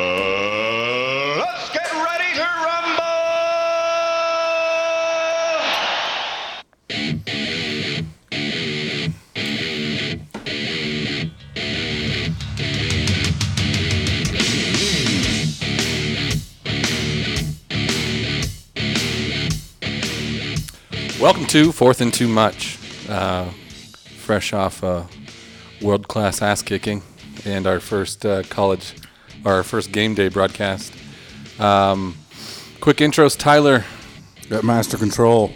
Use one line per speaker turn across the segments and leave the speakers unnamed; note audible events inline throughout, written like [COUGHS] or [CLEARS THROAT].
Uh, let's get ready to rumble!
Welcome to Fourth and Too Much. Uh, fresh off uh, world class ass kicking and our first uh, college, our first game day broadcast. Um, quick intros, Tyler.
At Master Control.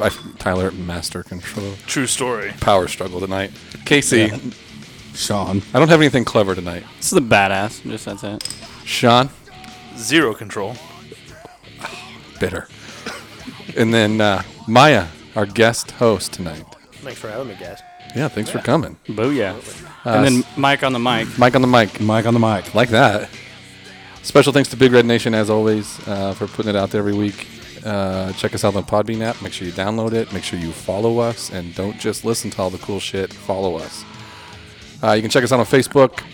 I, Tyler, master control.
True story.
Power struggle tonight. Casey,
Sean.
I don't have anything clever tonight.
This is a badass. Just that's it.
Sean,
Zero control.
bitter. And then uh, Maya, our guest host tonight.
Thanks for having me, guys.
Yeah, Uh, thanks for coming.
Booyah. and then Mike on the mic.
Mike on the mic.
Mike on the mic.
like that. Special thanks to Big Red Nation, as always, uh, for putting it out there every week. Uh, check us out on Podbean app. Make sure you download it. Make sure you follow us, and don't just listen to all the cool shit. Follow us. Uh, you can check us out on Facebook.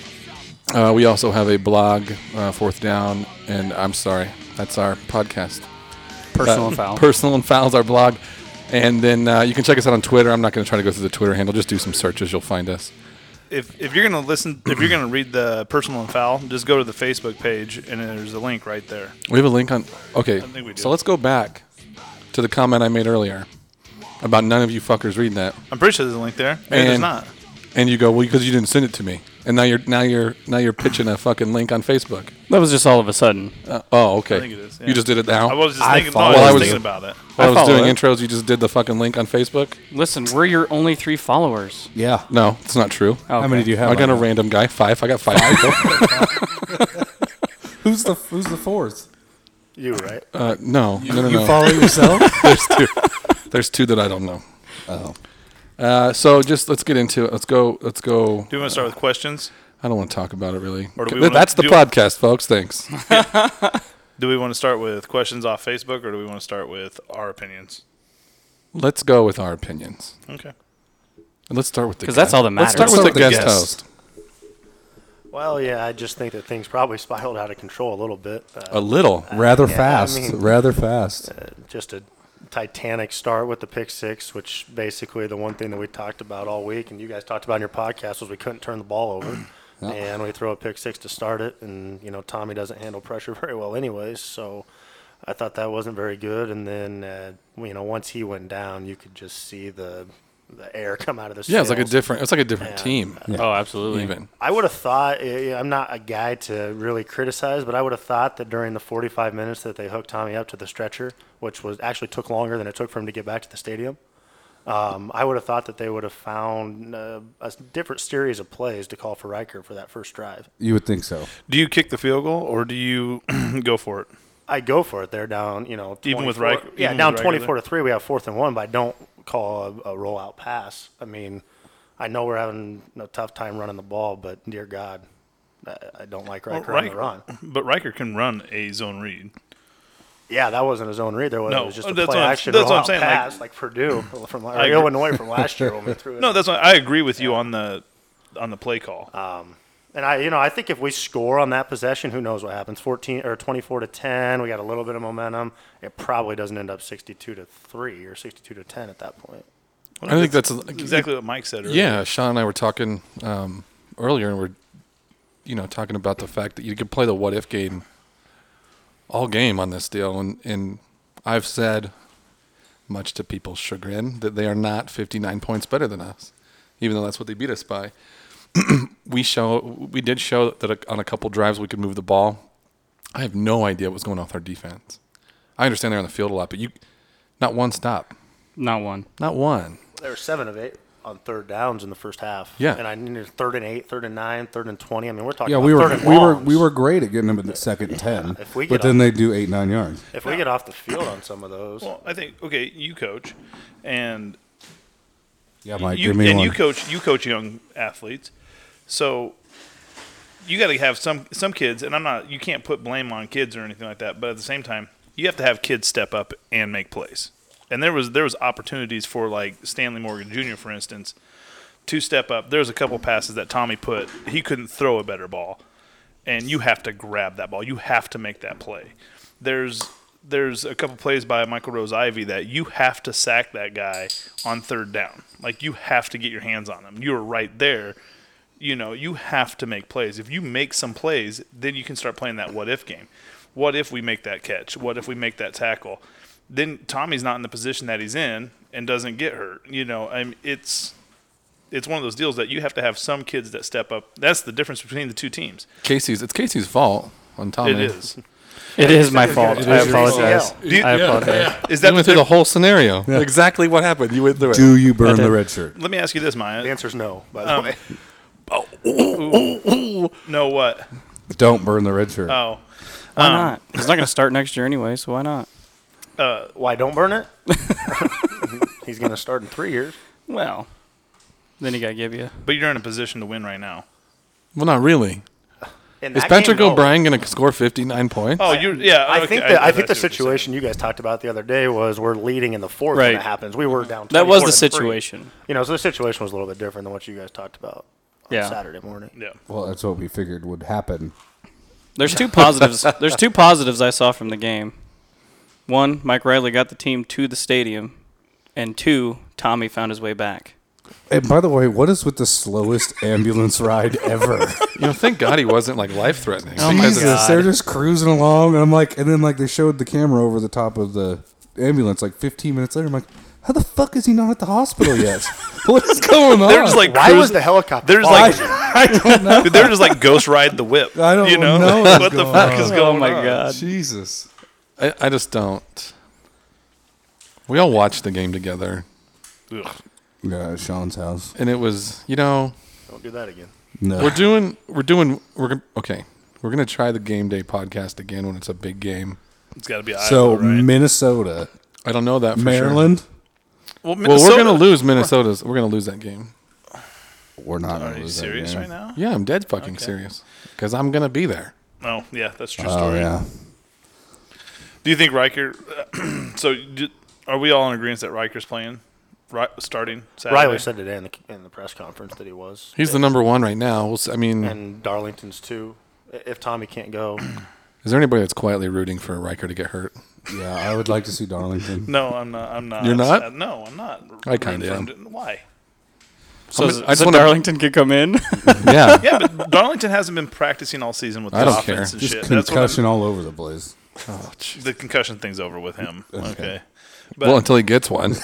Uh, we also have a blog, uh, Fourth Down, and I'm sorry, that's our podcast.
Personal
Uh,
foul.
Personal and Fouls, our blog. And then uh, you can check us out on Twitter. I'm not going to try to go through the Twitter handle. Just do some searches. You'll find us.
If, if you're gonna listen, if you're gonna read the personal and foul, just go to the Facebook page and there's a link right there.
We have a link on. Okay,
think we do.
so let's go back to the comment I made earlier about none of you fuckers reading that,
I'm pretty sure there's a link there. Maybe there's
And-
not.
and you go, "Well, because you didn't send it to me," and now you're now you're now you're pitching a fucking link on Facebook.
That was just all of a sudden.
Uh, oh, okay.
I think it is. yeah.
You just did it now.
I was just
I
thinking. no, I
follow
was
it.
thinking about it.
While I
I
was
follow
doing
it.
intros. You just did the fucking link on Facebook.
Listen, we're your only three followers.
Yeah.
No, it's not true.
Oh,
How many do you have?
I got a
right
random guy. Five. I got five people. [LAUGHS]
now? Who's the Who's the fourth?
You were right.
Uh, no, no, no,
you
no.
follow yourself?
There's two. There's two that I don't know.
[LAUGHS] oh.
Uh, so just let's get into it. Let's go. Let's go.
Do you want to start with questions?
I don't want to talk about it really.
Or do we
Th-
wanna
That's the
do-
podcast, folks. Thanks. [LAUGHS]
Do we want to start with questions off Facebook, or do we want to start with our opinions?
Let's go with our opinions.
Okay.
And let's start with the
'Cause that's
guest-
all that
Let's start
matters.
with
Let's
the
start
guest
with the
host.
Well, yeah, I just think that things probably spiraled out of control a little bit. Uh,
A little.
Rather
Yeah, I
fast.
mean-
rather fast.
uh, just a titanic start with the pick six, which basically the one thing that we talked about all week, and you guys talked about in your podcast, was we couldn't turn the ball
[CLEARS THROAT]
over. And we throw a pick six to start it, and you know Tommy doesn't handle pressure [LAUGHS] very well, anyways. So I thought that wasn't very good. And then uh, you know once he went down, you could just see the the air come out of the
Yeah, it's like a
sails.
different. It's like a different team.
Oh, absolutely.
Even
I would have thought, yeah, yeah, I'm not a guy to really criticize, but I would have thought that during the 45 minutes that they hooked Tommy up to the stretcher, which was actually took longer than it took for him to get back to the stadium, um, I would have thought that they would have found uh, a s- different series of plays to call for Riker for that first drive.
You would think so.
Do you kick the field goal, or do you [CLEARS THROAT] go for it?
I go for it. They're down, you know,
Even with
24
Riker-
Yeah,
even
down
with Riker
24 to three. We have fourth and one, but I don't call a, a rollout pass. I mean, I know we're having a tough time running the ball, but dear God, I, I don't like
Well,
Riker on the
Riker-
run.
But Riker can run a zone read.
Yeah, that wasn't his own read. There was,
No,
it was just
uh,
a
that's
play
what I'm-
action
that's what I'm
rollout
saying, like-
pass, like, Purdue [LAUGHS] from or
I agree.
Illinois from last
[LAUGHS]
year when we threw it.
No, that's why I agree with you on the on the play call.
and I, you know, I think if we score on that possession, who knows what happens? Fourteen or twenty-four to ten. We got a little bit of momentum. It probably doesn't end up sixty-two to three or sixty-two to ten at that point.
I think that's
exactly what Mike said. Earlier.
Yeah, Sean and I were talking um, earlier, and we're you know talking about the fact that you could play the what if game all game on this deal, and and I've said much to people's chagrin that they are not 59 points better than us, even though that's what they beat us by. [CLEARS THROAT] we show we did show that on a couple drives we could move the ball. I have no idea what was going on with our defense. I understand they're on the field a lot, but you not one stop,
Not one.
not one.
They were seven of eight on third downs in the first half.
Yeah.
and I needed third and eight, third and nine, third and twenty. I mean, we're talking.
Yeah,
about
we were
third and
we were
longs.
we were great at getting them at the second ten.
If we
but
get
then
up-
they do eight nine yards.
If we get off the field on some of those,
Well, I think okay, you coach, and
Yeah, Mike,
you
give me
and
one.
you coach you coach young athletes, so you got to have some some kids. And I'm not you can't put blame on kids or anything like that. But at the same time, you have to have kids step up and make plays. And there was there was opportunities for like Stanley Morgan Jr. for instance to step up. There's a couple passes that Tommy put. He couldn't throw a better ball. and you have to grab that ball. You have to make that play. There's there's a couple plays by Michael Rose Ivy that you have to sack that guy on third down. Like you have to get your hands on him. You're right there. You know, you have to make plays. If you make some plays, then you can start playing that what if game. What if we make that catch? What if we make that tackle? Then Tommy's not in the position that he's in and doesn't get hurt. You know, I mean, it's it's one of those deals that you have to have some kids that step up. That's the difference between the two teams.
Casey's. It's Casey's fault on Tommy.
It is.
It is [LAUGHS] my fault.
It
I
is your fault.
apologize.
Yeah.
I apologize.
Is that
You
the
went through the
diff-
whole scenario. [LAUGHS] Exactly what happened. You went through it.
Do you burn
did.
the red shirt?
Let me ask you this,
The
Maya.
answer is no, by
Um,
the way.
Oh, No, what?
Don't burn the red shirt.
Uh,
Oh,
Why not? He's not going to start next year anyway, so why not?
Why don't burn it? He's going to start in three years.
Well, then he got to give you.
but you're in a position to win right now.
Well, not really.
In
Is
that game,
Patrick
no.
O'Brien going to score 59 points? [LAUGHS]
Oh, you yeah.
I
okay,
think that I,
that's what
think the
you're saying.
situation you guys talked about the other day was we're leading in the fourth
Right.
when it happens. We were down.
That was
24
the
to three.
situation.
You know, so the situation was a little bit different than what you guys talked about on
Yeah.
Saturday morning.
Yeah.
Well, that's what we figured would happen.
There's [LAUGHS] two positives. There's two positives I saw from the game. One, Mike Riley got the team to the stadium, and two, Tommy found his way back.
And by the way, what is with the slowest ambulance ride ever?
[LAUGHS]
You know, thank God he wasn't like life threatening.
Jesus, they're just cruising along, and I'm like, and then like they showed the camera over the top of the ambulance like 15 minutes later. I'm like, how the fuck is he not at the hospital yet? [LAUGHS] what is going on?
They're just like
Why was
cruising-
the helicopter?
There's
Oh,
like
I don't know.
they're just like ghost ride the whip.
I don't
you know, [LAUGHS]
know what's
what the
going
fuck
on.
is going
oh my
on?
god!
Jesus.
I, I just don't. We all watched the game together,
Ugh.
Yeah, at Sean's house.
and it was, you know,
don't do that again.
No.
we're doing, we're doing, we're gonna okay. We're gonna try the game day podcast again when it's a big game.
It's got to be
so
Iowa, right?
Minnesota,
I don't know that for
Maryland.
Well,
Sure. Well,
Minnesota,
we're gonna lose Minnesota's. We're gonna lose that game.
We're not. gonna
Are you
lose that
serious
game.
right now?
Yeah, I'm dead fucking serious because I'm gonna be there.
Oh, yeah, that's a true
Oh
story.
yeah.
Do you think Riker? [CLEARS THROAT] so, do, are we all in agreement that Riker's playing, Ri- starting Saturday?
Riley said today in the in the press conference that he was,
He's the number one right now. We'll s- I mean,
and Darlington's too. I- If Tommy can't go,
is there anybody that's quietly rooting for Riker to get hurt?
Yeah, I would like to see Darlington.
No, I'm not. I'm not.
You're not?
Uh, no, I'm not.
I kinda
Rooting for
am.
him to- Why?
So,
I'm- I just
so
wanna-
Darlington could come in.
Yeah, [LAUGHS]
Yeah, but Darlington hasn't been practicing all season with
I
the
don't
offense
care.
and
Just
shit. That's what
concussion all over the place.
I'm- the concussion thing's over with
[LAUGHS]
him. Okay. But
well, until he gets one.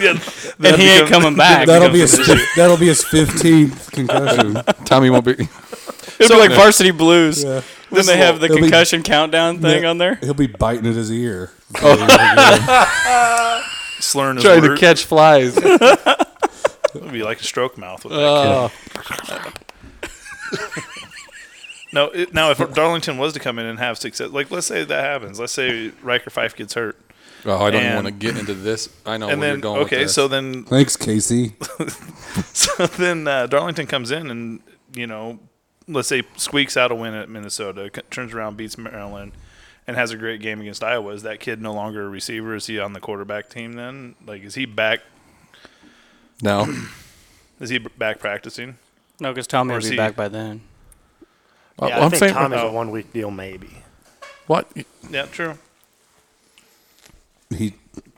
yeah,
and he ain't [LAUGHS] coming back.
That'll
It'll
be his. fif- That'll be his fifteenth concussion.
Tommy won't be.
be [LAUGHS] like Varsity Blues
Yeah.
when they have the
It'll be-
concussion countdown thing
Yeah.
on there.
He'll be biting at his ear.
[LAUGHS] slurring his
trying to
word.
catch flies.
It'd be like a stroke mouth with that
Oh.
kid. No, it, now if Darlington was to come in and have success, like let's say that happens, let's say Riker Fife gets hurt,
Oh, I don't
And-
want to get into this. I know
and
where Oh,
then
you're going. with
okay,
this.
so
[LAUGHS]
then
Thanks, Casey.
[LAUGHS] so then uh, Darlington comes in and you know, let's say squeaks out a win at Minnesota, c- turns around, beats Maryland, and has a great game against Iowa. Is that kid no longer a receiver? Is he on the quarterback team then? Like, is he back? [CLEARS THROAT]
no,
Is he b- back practicing?
No, because Tommy
Or
will
is
be
he-
back by then.
Uh,
yeah, I
I'm
think
saying
Tommy's
oh.
a one week deal maybe.
what?
Yeah, true.
He.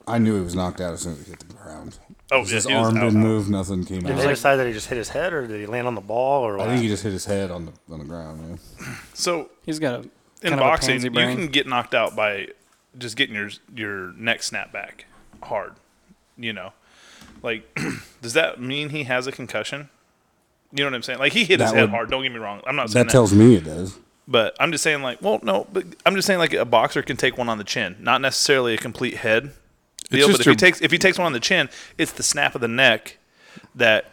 I knew he was knocked out as soon as he hit the ground.
Oh, yeah,
his
he was
arm
out.
didn't move. Nothing came
Did
out.
they decide that he just hit his head, or did he land on the ball, or
I
what?
think he just hit his head on the on the ground. Man.
So
He's got a
in
kind of a
boxing,
pansy
you
brain.
can get knocked out by just getting your your neck snapped back hard. You know, like [CLEARS THROAT] does that mean he has a concussion? You know what I'm saying? Like he hit his
That
head
would-
hard. Don't get me wrong. I'm not saying
That
that,
tells me it does.
but I'm just saying like, well, no, but I'm just saying like a boxer can take one on the chin, not necessarily a complete head deal.
just
But if
your-
he takes if he takes one on the chin, it's the snap of the neck that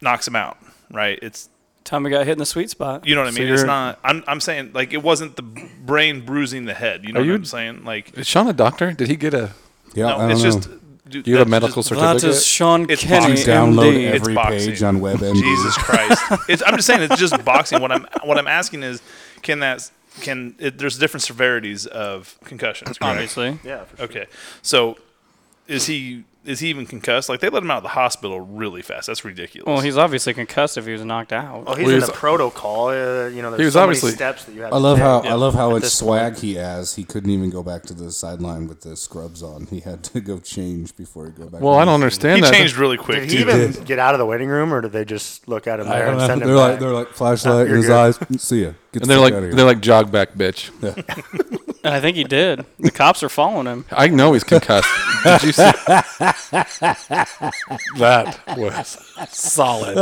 knocks him out. Right? It's
Tommy got hit in the sweet spot.
you know what I
So
mean. it's
you're-
not. I'm I'm saying like it wasn't the brain bruising the head. You
Are
know what
you-
I'm saying? Like
Is Sean a doctor? Did he get a?
Yeah, I
no,
don't
it's
know.
just. Dude,
Do you have
that's
a medical
just-
That
certificate?
is Sean
It's
Kenny.
boxing.
download
MD.
It's
every
boxing.
page on WebMD.
Jesus Christ!
[LAUGHS]
It's, I'm just saying it's just boxing. What I'm what I'm asking is, can that can it, there's different severities of concussions? correct?
Obviously.
yeah, for sure.
Okay, so is he is he even concussed? Like they let him out of the hospital really fast. That's ridiculous.
Well, he's obviously concussed if he was knocked out.
Well, Oh, he's
Well,
in
he
the
was-
protocol. Uh, you know, there's
He was
so
obviously-
many steps that you have.
I
to
love
take.
how I love how
At
it's
this
swag he has. He couldn't even go back to the sideline with the scrubs on. He had to go change before he go back.
Well,
in.
I don't understand
he
that.
changed really quick.
Did he
too.
even
did.
get out of the waiting room, or did they just look at him
I
there
don't
and
know.
send him
They're
back?
like they're like flashlight in
you're
his
good.
eyes. See ya. Get the
and they're
fuck
like
outta here.
they're like jog back, bitch.
And I think he did. The cops are following him.
I know he's
[LAUGHS]
concussed. Did you see that? Was
[LAUGHS] Solid.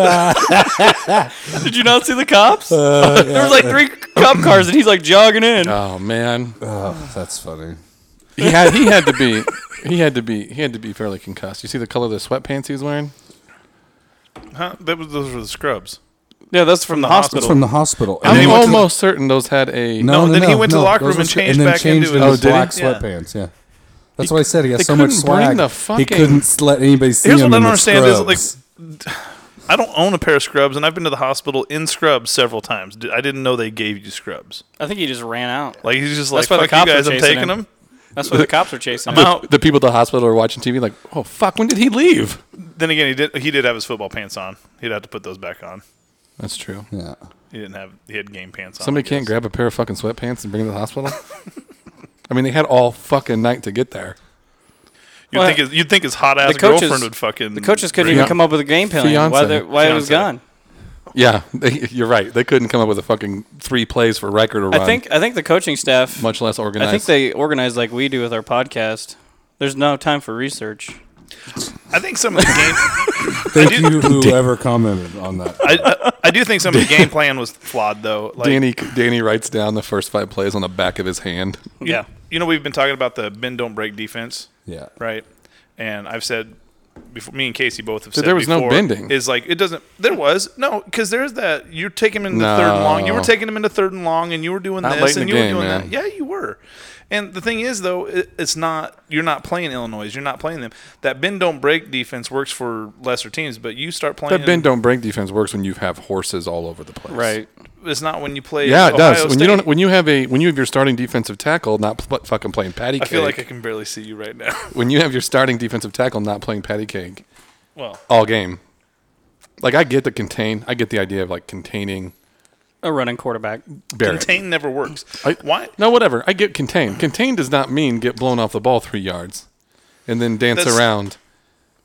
did you not see the cops? [LAUGHS] there was like three cop cars, and he's like jogging in.
oh man,
oh, that's funny.
he had he had to be he had to be he had to be fairly concussed. You see the color of the sweatpants he was wearing?
Huh? That was, those were the scrubs.
Yeah, that's from the
It's
hospital.
from the hospital. And
I'm
he went to the-
almost certain those had a
No, then he went to the locker
Those
room and
were-
changed
then
back
changed
into
in
his-
his black
Oh, did he?
sweatpants. Yeah, that's why I said he has
they
so much
couldn't bring
swag.
the
he
fucking-
couldn't s- let anybody see
Here's
him.
what I
in
don't
the
understand is,
scrubs.
like, I don't own a pair of scrubs, and I've been to the hospital in scrubs several times. D- I didn't know they gave you scrubs.
I think he just ran out.
Like he's just like,
That's why the
fuck you
cops
guys,
were
I'm
chasing
taking
him.
them.
That's why the cops are chasing him.
The, the people at the hospital are watching TV like, oh fuck, when did he leave?
Then again, he did he did have his football pants on. He'd have to put those back on.
That's true.
yeah.
He didn't have he had game pants on.
Somebody
I
can't
guess.
grab a pair of fucking sweatpants and bring them to the hospital. I mean, they had all fucking night to get there.
You'd
Well,
think his, you'd think his hot ass
the coaches-
girlfriend would fucking.
The coaches couldn't
bring
even
Fian-
come up with a game plan. Why,
Fiance.
they, why it was
Fiance.
gone.
Yeah, they, you're right. They couldn't come up with a fucking three plays for Riker to run.
I think I think the coaching staff.
much less
I
organized.
think they organize like we do with our podcast. There's no time for research.
I think some of the game.
[LAUGHS]
Thank
do- [LAUGHS]
you, whoever commented on that.
I, I, I do think some of the game plan was flawed though. Like,
Danny Danny writes down the first five plays on the back of his hand.
yeah, you know we've been talking about the bend don't break defense.
Yeah.
right? And I've said before, me and Casey both have
Dude,
said
there was no
before,
bending.
Is like it doesn't. There was no because there's that you're taking him into third and long. You were
No.
taking him into third and long, and you were doing
Not
this,
late in
and
the
you
game,
were doing
man.
that. Yeah, you were. And the thing is, though, it, it's not you're not playing Illinois. You're not playing them. That bend don't break defense works for lesser teams, but you start playing.
That bend don't break defense works when you have horses all over the place.
It's not when you play.
Yeah, it
Ohio
does. When
State.
you don't, when you have a, when you have your starting defensive tackle not pl- fucking playing patty
I
cake.
feel like I can barely see you right now. [LAUGHS]
when you have your starting defensive tackle not playing patty cake
well,
all game. Like I get the contain, I get the idea of like containing
A running quarterback.
Barrett.
contain never works.
I-
Why?
No, whatever. I get contain. Contain does not mean get blown off the ball three yards and then dance
That's-
around.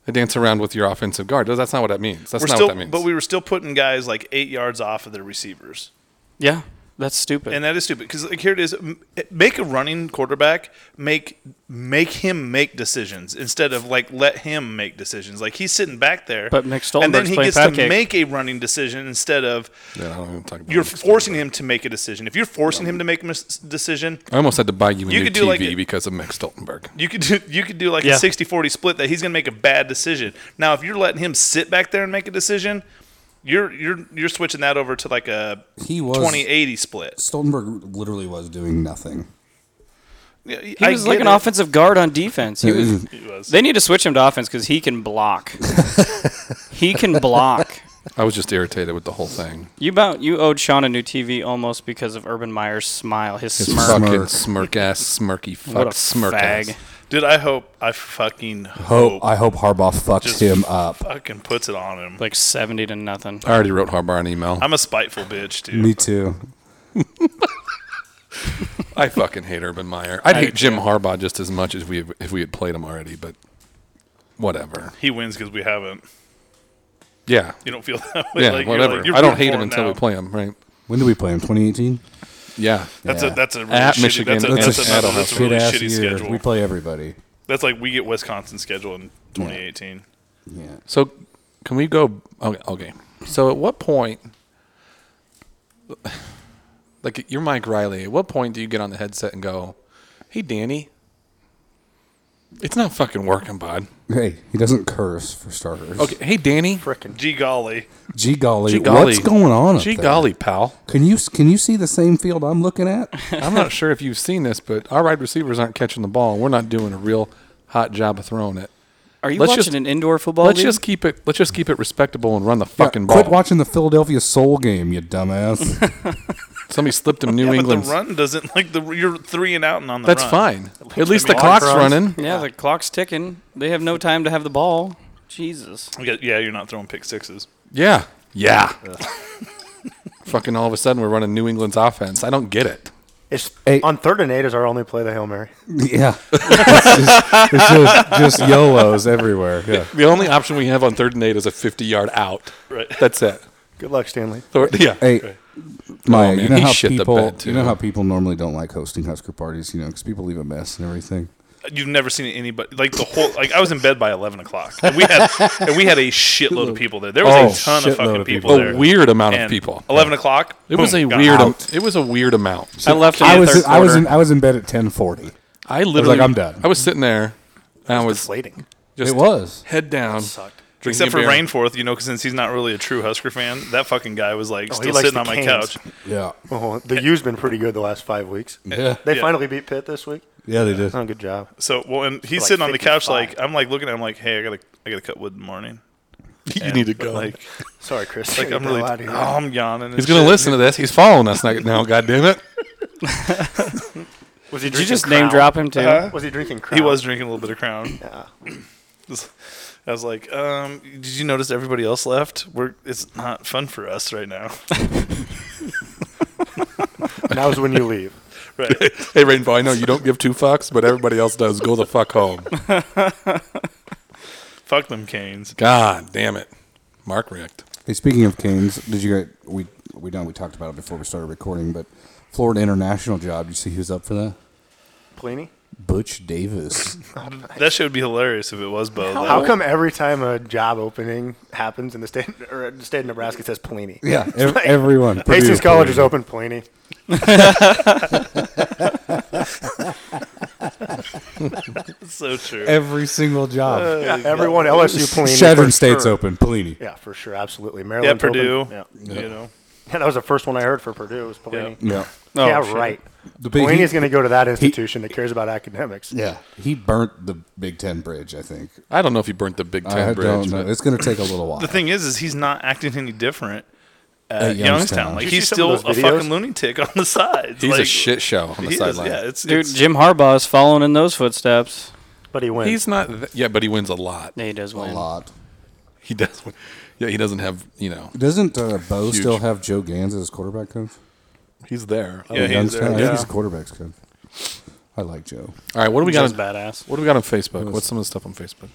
And dance around with your offensive guard. That's not what that means. That's
We're
not
still,
what that means.
but we were still putting guys like eight yards off of their receivers.
Yeah, that's stupid.
and that is stupid because like here it is M- make a running quarterback make make him make decisions instead of like let him make decisions like he's sitting back there
But Nick
and then
Stoltenberg's
he
playing
gets to
pancake.
make a running decision instead of
Yeah, I don't even talk about
you're
it.
forcing him to make a decision if you're forcing him to make a mis- decision
I almost had to buy you a
You
new
could do
TV
like a-
because of Mick Stoltenberg.
you could do you could do like
Yeah.
a 60-40 split that he's going to make a bad decision now if you're letting him sit back there and make a decision you're you're you're switching that over to like a
He was
20-80 split
Stoltenberg literally was doing nothing.
he
he was like an offensive guard on defense. He was, they need to switch him to offense because he
[LAUGHS]
can block. he can block.
I was just irritated with the whole thing.
You about you owed Sean a new TV almost because of Urban Meyer's smile, his, smirk.
Fucking smirk ass, smirky fuck,
What a
smirk
fag.
ass.
Dude, I hope I fucking
Hope,
hope,
I hope Harbaugh fucks
Just-
him up.
fucking puts it on him.
Like seventy to nothing.
I already wrote Harbaugh an email.
I'm a spiteful bitch, dude.
Me too.
I fucking hate Urban Meyer. I'd hate Jim Harbaugh just as much as we if we had played him already, but whatever.
He wins because we haven't.
Yeah,
You don't feel [LAUGHS] that way.
yeah,
like, you're
whatever.
like, you're
I don't
rooting
hate
for
him until we
now.
play him, right?
When did we play him? 2018.
Yeah,
That's
Yeah.
a that's a really
At
shitty,
Michigan,
That's, a,
that's
that's,
a-
another-
at Ohio
that's a really
Shit-ass
shitty
year.
schedule.
We play everybody.
that's like we get Wisconsin schedule in 2018.
Yeah.
So can we go? Okay, okay. So at what point, like you're Mike Riley, at what point do you get on the headset and go, "Hey, Danny, it's not fucking working, bud."
Hey, he doesn't curse for starters.
Okay, hey, Danny.
Gee golly,
Gee golly,
Gee golly.
what's going on? Up
Gee
there?
golly, pal.
Can you can you see the same field I'm looking at?
I'm not sure if you've seen this, but our wide receivers aren't catching the ball, and we're not doing a real hot job of throwing it.
Are you
Let's
watching
just-
an indoor football
let's
league?
just keep it. Let's just keep it respectable and run the [LAUGHS] fucking
Quit
ball. [LAUGHS]
watching the Philadelphia Soul game, you dumbass. [LAUGHS]
Somebody slipped him New
Yeah,
England.
but the run doesn't like the you're three and out and on the
That's
run.
fine. At least the
long
clock's
[LAUGHS]
runs.
running.
Yeah, the clock's ticking. They have no time to have the ball. Jesus.
Okay, Yeah, you're not throwing pick sixes.
Yeah. Yeah. Fucking all of a sudden we're running New England's offense. I don't get it.
It's
Hey.
on third and eight is our only play the hail mary.
Yeah. it's just, it's just, just YOLOs everywhere. Yeah.
The only option we have on third and eight is a 50 yard out.
Right.
That's it.
Good luck, Stanley.
So, yeah.
Hey, Maya,
Oh, man,
you know
he
how
shit the
people
bed,
you know
too.
how people normally don't like hosting Husker parties, you know, because people leave a mess and everything.
You've never seen anybody like the whole like I was in bed by eleven o'clock and we had and we had a shitload of people there. There was
Oh,
a ton
shitload
of fucking
of people.
people,
A
there.
weird amount of
And
people.
Eleven o'clock.
It was
boom,
a
got
weird.
out.
am- it was a weird amount.
I left in
I
the
was
third
I was
quarter.
in I was in bed at ten forty.
I literally.
"I'm done."
I was sitting there. And I was
Slating.
just
It was.
head down.
Sucked.
drinking
Except
a
for
beer.
Rainforth, you know, 'cause since he's not really a true Husker fan, that fucking guy was like
Oh, he
still
likes
sitting
the
on my couch.
Canes.
Yeah.
Oh, the U's been pretty good the last five weeks.
Yeah.
They
Yeah.
finally beat Pitt this week.
Yeah, they did.
Oh, good job.
So well, and he's
Like
sitting on the couch
55.
like I'm like looking at him like, hey, I gotta I gotta cut wood in the morning.
You
And,
need to go.
Like,
Sorry, Chris.
like
Get
I'm
the
really.
hell
Oh,
outta here.
I'm yawning. and
He's gonna
shit.
listen to this. He's following us now. now [LAUGHS] God damn it!
was he
Did you
drinking
just
Crown?
name drop him too?
Uh-huh.
Was he drinking Crown?
He was drinking a little bit of Crown. [CLEARS THROAT]
Yeah.
I was like, um, did you notice everybody else left? We're it's not fun for us right now.
[LAUGHS]
[LAUGHS]
That was when you leave.
right.
Hey Rainbow, I know you don't give two fucks, but everybody else does. Go the fuck [LAUGHS] home.
Fuck them canes.
God damn it, Mark Richt.
Hey, speaking of Canes, did you guys we we done we talked about it before we started recording, but Florida International job, you see who's up for that?
Pliny?
Butch Davis.
That shit would be hilarious if it was Bo. though.
How come every time a job opening happens in the state or the state of Nebraska it says Pliny?
yeah. ev- everyone.
Hastings
Purdue,
College is
Purdue.
open Pliny.
That's so true.
Every single job.
Uh,
Yeah,
[LAUGHS]
everyone LSU Pliny.
Shattern
for
State's
sure.
open. Pelini.
Yeah, for sure, absolutely.
yeah,
Maryland,
Purdue.
Yeah.
You know.
yeah, that was the first one I heard for Purdue. Was Pliny?
Yeah.
Oh,
yeah,
shit.
right.
The big-
Pliny is going to go to that institution that cares about academics.
Yeah, he burnt the Big Ten bridge. I think.
I don't know if you burnt the Big Ten
I
bridge.
don't know.
but-
It's going to take a little while.
The thing is, is he's not acting any different at,
At
Youngstown.
Youngstown.
Like
Did you
he's
see some
still
of
a
those videos?
fucking lunatic on the sides.
He's a
Like,
shit show on the
he is,
sideline.
Yeah, it's,
Dude,
it's-
Jim Harbaugh is following in those footsteps.
But he wins.
He's not. Th- yeah, but he wins a lot.
Yeah, he does
a
win.
lot.
He does. Win. Yeah, he doesn't have. You know,
Doesn't uh, Bo
Huge.
still have Joe Gans as his quarterback coach?
he's there.
Yeah, he's
Youngstown?
there.
I think he's
Yeah.
a quarterback's coach. I like Joe.
All right, what do we got?
Joe's
On,
badass.
what do we got on Facebook? What's some of the stuff on Facebook?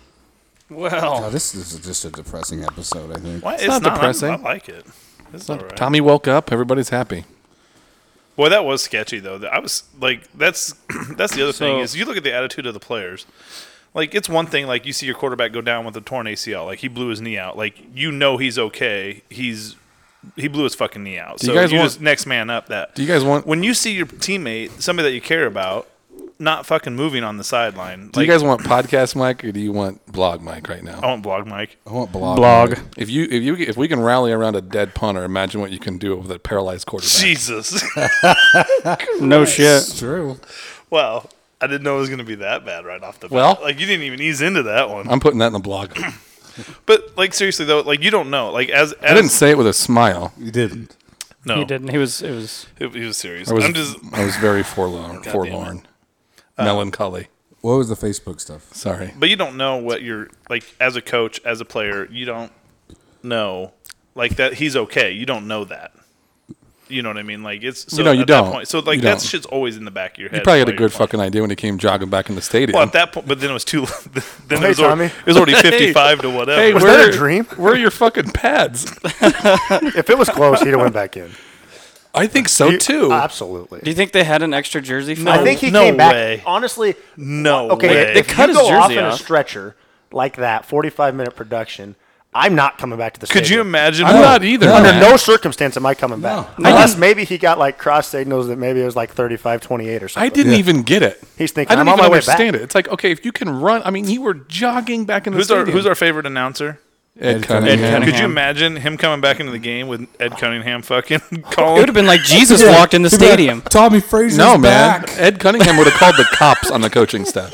Oh,
Well,
this is just a depressing episode. I think.
why- it's,
not
not, I'm-
depressing.
I like it. It's all right.
Tommy woke up. Everybody's happy.
Boy, that was sketchy though. I was like, that's [CLEARS THROAT] that's the other thing
So-
is you look at the attitude of the players. Like it's one thing like you see your quarterback go down with a torn ACL, like he blew his knee out. Like you know he's okay. He's he blew his fucking knee out.
you
so
guys
you
want-
just next man up that.
Do you guys want?
when you see your teammate, somebody that you care about, not fucking moving on the sideline.
do
like,
you guys want podcast mic or do you want blog mic right now?
I want blog Mike.
Oh,
I want blog.
blog.
If you if you if we can rally around a dead punter, imagine what you can do with a paralyzed quarterback. [LAUGHS]
Jesus. [LAUGHS]
No shit.
It's true.
wow. I didn't know it was going to be that bad right off the bat.
Well-
like you didn't even ease into that one.
I'm putting that in the blog.
But like seriously though, like you don't know. Like as, as
I didn't say it with a smile.
You didn't.
no,
He didn't. He was. It was.
It, it was serious.
I was
I'm just
I was very
[LAUGHS]
forlorn,
it. Uh,
forlorn, melancholy.
What was the Facebook stuff?
Sorry.
but you don't know what you're like as a coach, as a player, you don't know like that he's okay. You don't know that. You know what I mean? Like it's so
know, you
at that
don't.
point. So like
You
that
don't.
shit's always in the back of your head.
You probably had a
while you're
good
playing.
fucking idea when he came jogging back in the stadium.
Well, at that point, but then it was too. [LAUGHS] Then
Hey,
it, was already,
Tommy.
it was already fifty-five to whatever.
hey,
Was
where,
that a dream?
Where are your fucking pads?
if it was close, he'd have went back in.
I think so
You-
too.
Absolutely.
Do you think they had an extra jersey for
I
him?
think he
no
came back.
way.
Honestly,
no
okay,
way.
They
if
cut
you
his
go off
jersey
in a
off.
stretcher like that, forty-five minute production. I'm not coming back to the.
Could you
stadium.
imagine?
I'm
what-
not either.
Under
man.
no circumstance am I coming back.
No.
Unless maybe he got like cross signals that maybe it was like 35 28 or something.
I didn't even get it.
He's thinking,
I don't
I'm on
even
my way back.
understand it. It's like okay, if you can run. I mean, you were jogging back in the
Who's our
stadium.
Who's our favorite announcer?
Ed
Cunningham.
Cunningham.
Cunningham.
Could you imagine him coming back into the game with
Oh.
Ed Cunningham fucking [LAUGHS]
it would
calling?
have been like Jesus walked
[LAUGHS]
in the
He'd be like,
stadium.
Tommy Fraser's
No, man.
back.
[LAUGHS]
Ed Cunningham would have called the cops on the coaching staff.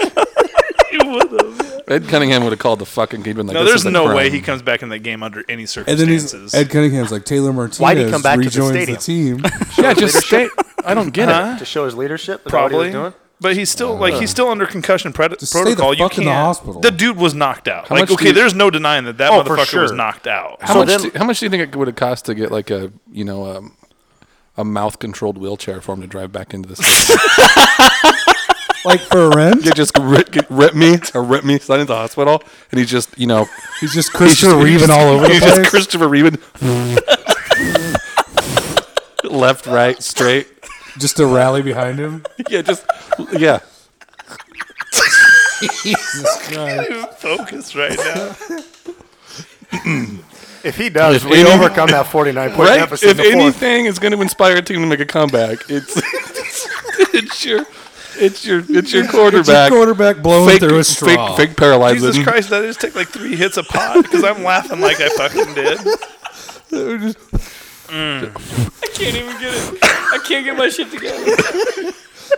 He would've.
Ed Cunningham would have called the fucking. He'd been like,
No,
this
there's
is a
no
crime.
way he comes back in that game under any
And then he's
circumstances.
Ed Cunningham's like Taylor Martinez
[LAUGHS] Why'd he come back to the
rejoins the,
stadium?
team.
[LAUGHS]
Yeah, just stay. I don't get it.
to show his leadership. Is that what he
probably.
was doing?
But he's still like he's still under concussion pre-
stay the
protocol. you
fuck
can't.
in the hospital.
The dude was knocked out. like
much do
okay,
you-
there's no denying that that
Oh, for
motherfucker was
sure.
knocked out.
How
So
much?
then-
do, how much do you think it would have cost to get like a you know um, a mouth controlled wheelchair for him to drive back into the stadium?
like for a rent?
Get just rip, get, rip me or rip me sign into the hospital, and he just you know
[LAUGHS] He's just
[LAUGHS] he's
Christopher
just- he's
Reeve
just-
all over the
He's just
place.
Christopher Reeve. [LAUGHS] Left, right, straight.
just a rally behind him.
[LAUGHS] Yeah, just yeah.
Focus right now.
If he does,
If
we
any-
overcome that 49 point
Right?
deficit
If
in the fourth.
anything is going to inspire a team to make a comeback, it's [LAUGHS] it's your it's your it's your quarterback.
quarterback blowing
fake,
through a straw.
Fake, fake paralyzing.
Jesus Christ! Did I just take like three hits of pot because I'm laughing like I fucking did.
can't even get it. I can't get my shit together.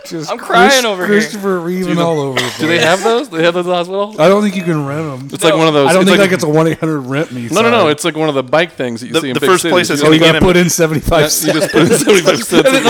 Just
I'm crying over here.
Christopher Reeve and all over the place.
Do they have those? They have those at the hospital.
I don't think you can rent them.
It's like one of those.
I don't
it's
think like, it's a one eight hundred rent me.
no, no, no.
sign.
It's like one of the bike things that you
The-
see in
the
big
first
cities.
place that's
oh,
you
you got
gonna get
to
him.
put in seventy five
just, you just put in seventy five cents. and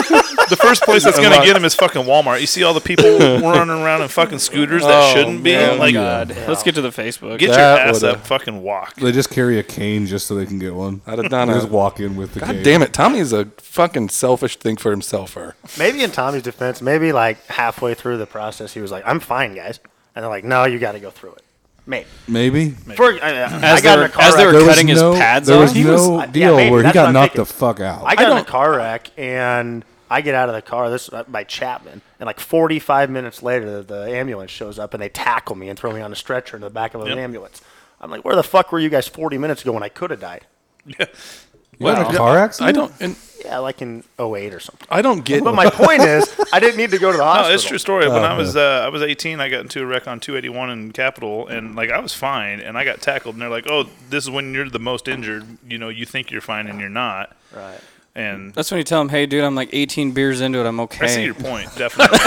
Unlocked.
[LAUGHS] The first place that's gonna get him is fucking Walmart. You see all the people running around in fucking scooters that
Oh,
shouldn't be.
man.
like,
God. Let's get to the Facebook.
get your
That
ass
would've-
up, fucking walk. [LAUGHS]
They just carry a cane just so they can get one.
I'd have done
They
a-
just walk in with the
God
cane.
damn it, Tommy is a fucking selfish thing for himself. Or
Maybe in Tommy's defense, maybe like halfway through the process, he was like, I'm fine, guys. And they're like, no, you got to go through it. Maybe.
Maybe
For, uh, I, I
As
got
they
in
were-
a car
as they
wreck.
were
was
cutting his
no,
pads
There
off?
was
He was-
no
I- yeah,
deal
maybe.
where he
That's what
got
I'm
knocked the
thinking.
fuck out.
I got in a car wreck and I get out of the car. This uh, by Chapman, and like 45 minutes later, the ambulance shows up and they tackle me and throw me on a stretcher in the back of an ambulance. I'm like, where the fuck were you guys 40 minutes ago when I could have died?
You got in a car
I
accident.
don't. And
Yeah, like in 08 or something.
I don't get.
But my point is, I didn't need to go to
[LAUGHS]
the
No, Oh,
hospital. Uh-huh.
it's a true story. When I was uh, I was 18, I got into a wreck on 281 in Capitol, and like I was fine, and I got tackled, and they're like, "Oh, this is when you're the most injured. You know, you think you're fine, and you're not."
Right.
And
That's when you tell him, "Hey, dude, I'm like 18 beers into it. I'm okay."
I see your point,
[LAUGHS]
definitely.